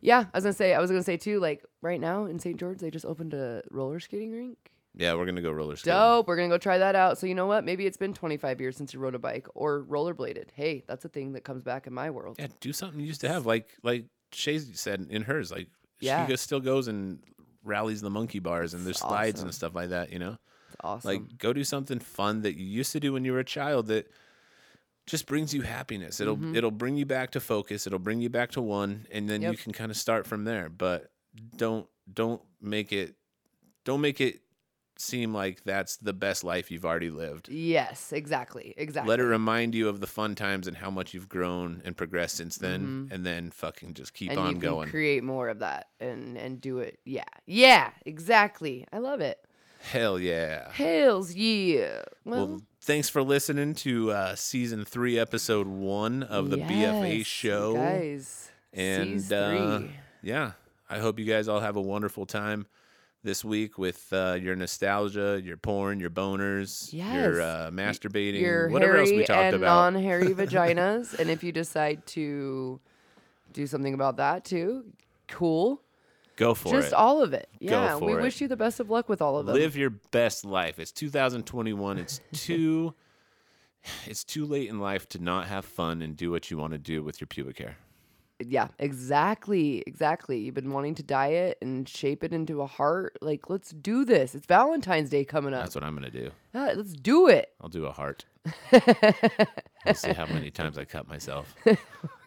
Speaker 3: Yeah, I was gonna say I was gonna say too, like right now in St. George they just opened a roller skating rink.
Speaker 2: Yeah, we're gonna go roller skating.
Speaker 3: Dope. We're gonna go try that out. So you know what? Maybe it's been 25 years since you rode a bike or rollerbladed. Hey, that's a thing that comes back in my world.
Speaker 2: Yeah, do something you used to have, like like Shay said in hers. Like
Speaker 3: Yeah.
Speaker 2: she goes, still goes and rallies the monkey bars and there's slides
Speaker 3: awesome.
Speaker 2: and stuff like that. You know,
Speaker 3: It's awesome.
Speaker 2: like go do something fun that you used to do when you were a child that just brings you happiness. It'll
Speaker 3: Mm-hmm.
Speaker 2: it'll bring you back to focus. It'll bring you back to one, and then you
Speaker 3: Yep.
Speaker 2: can kind of start from there. But don't don't make it don't make it seem like that's the best life you've already lived.
Speaker 3: yes, exactly, exactly.
Speaker 2: Let it remind you of the fun times and how much you've grown and progressed since then, and then fucking just keep
Speaker 3: Mm-hmm. and
Speaker 2: on
Speaker 3: you can
Speaker 2: going.
Speaker 3: create more of that and and do it. Yeah, yeah, exactly. I love it.
Speaker 2: Hell yeah.
Speaker 3: Hells yeah.
Speaker 2: Ah.
Speaker 3: Well,
Speaker 2: Well, thanks for listening to uh, season three, episode one of the BFA
Speaker 3: yes,
Speaker 2: show.
Speaker 3: you guys.
Speaker 2: And
Speaker 3: Seas
Speaker 2: uh,
Speaker 3: three.
Speaker 2: yeah, I hope you guys all have a wonderful time this week with uh, your nostalgia, your porn, your boners,
Speaker 3: Yes.
Speaker 2: your uh, masturbating,
Speaker 3: your
Speaker 2: whatever else
Speaker 3: hairy
Speaker 2: we talked
Speaker 3: and
Speaker 2: about.
Speaker 3: non-hairy vaginas. and if you decide to do something about that too, cool.
Speaker 2: Go for
Speaker 3: Just
Speaker 2: it.
Speaker 3: all of it. Yeah, we
Speaker 2: for it.
Speaker 3: wish you the best of luck with all of them.
Speaker 2: Live your best life. It's 2021. It's too. It's too late in life to not have fun and do what you want to do with your pubic hair.
Speaker 3: Yeah, exactly, exactly. You've been wanting to diet and shape it into a heart. Like, let's do this. It's Valentine's Day coming up.
Speaker 2: That's what I'm gonna do.
Speaker 3: Yeah, let's do it.
Speaker 2: I'll do a heart. Let's see how many times I cut myself.
Speaker 3: We're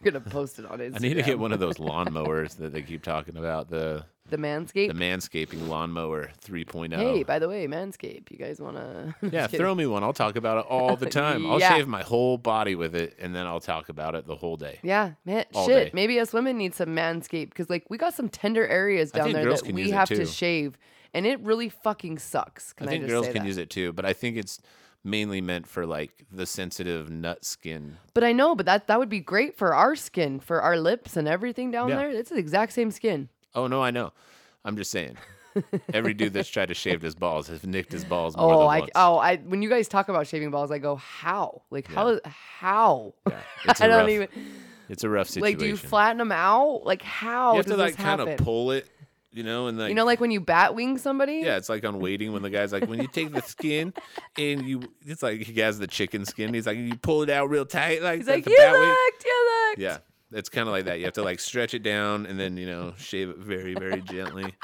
Speaker 3: gonna post it on Instagram.
Speaker 2: I need to get one of those lawnmowers that they keep talking about the
Speaker 3: the
Speaker 2: the
Speaker 3: Manscaped.
Speaker 2: manscaping lawnmower 3.0.
Speaker 3: hey, by the way, Manscaped. You guys wanna?
Speaker 2: yeah, throw me one. I'll talk about it all the time. I'll
Speaker 3: Yeah.
Speaker 2: shave my whole body with it, and then I'll talk about it the whole day.
Speaker 3: Yeah, man,
Speaker 2: All
Speaker 3: shit.
Speaker 2: day.
Speaker 3: Maybe us women need some manscaped because like we got some tender areas down
Speaker 2: think
Speaker 3: there
Speaker 2: girls
Speaker 3: that
Speaker 2: can
Speaker 3: we
Speaker 2: use it,
Speaker 3: have to
Speaker 2: too.
Speaker 3: shave, and it really fucking sucks. Can
Speaker 2: I
Speaker 3: I,
Speaker 2: think
Speaker 3: just
Speaker 2: girls
Speaker 3: say
Speaker 2: can
Speaker 3: that?
Speaker 2: use it too, but I think it's mainly meant for like the sensitive nut skin.
Speaker 3: But I know, but that that would be great for our skin, for our lips and everything down
Speaker 2: Yeah.
Speaker 3: there. It's the exact same skin.
Speaker 2: Oh no, I know. I'm just saying. Every dude that's tried to shave his balls has nicked his balls more
Speaker 3: Oh,
Speaker 2: than
Speaker 3: I
Speaker 2: once.
Speaker 3: oh I when you guys talk about shaving balls, I go how like how how
Speaker 2: Yeah, it's
Speaker 3: I
Speaker 2: a
Speaker 3: don't
Speaker 2: rough-
Speaker 3: even
Speaker 2: It's a rough situation.
Speaker 3: like do you flatten them out like how
Speaker 2: You have
Speaker 3: does
Speaker 2: to like
Speaker 3: this
Speaker 2: kind
Speaker 3: happen?
Speaker 2: of pull it, you know, and like
Speaker 3: you know, like when you bat wing somebody.
Speaker 2: yeah, it's like on waiting when the guy's like, when you take the skin and you, it's like he has the chicken skin. He's like, you pull it out real tight, like
Speaker 3: He's
Speaker 2: that,
Speaker 3: like,
Speaker 2: the
Speaker 3: you
Speaker 2: bat wing."
Speaker 3: looked, you looked.
Speaker 2: Yeah, it's kind of like that. You have to like stretch it down and then you know shave it very very gently.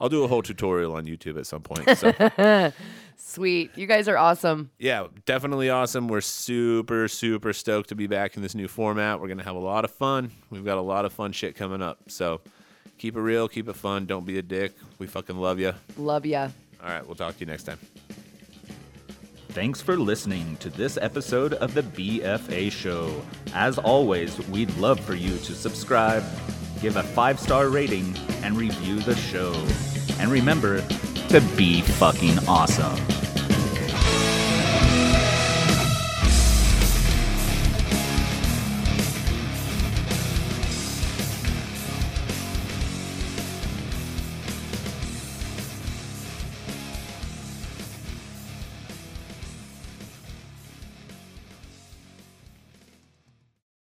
Speaker 2: I'll do a whole tutorial on YouTube at some point. So
Speaker 3: Sweet. You guys are awesome.
Speaker 2: yeah, definitely awesome. We're super super stoked to be back in this new format. We're gonna have a lot of fun. We've got a lot of fun shit coming up. So keep it real, keep it fun. Don't be a dick. We fucking love you.
Speaker 3: Love ya.
Speaker 2: All right, we'll talk to you next time.
Speaker 1: Thanks for listening to this episode of the BFA Show. As always, we'd love for you to subscribe, give a five star rating, and review the show. And remember to be fucking awesome.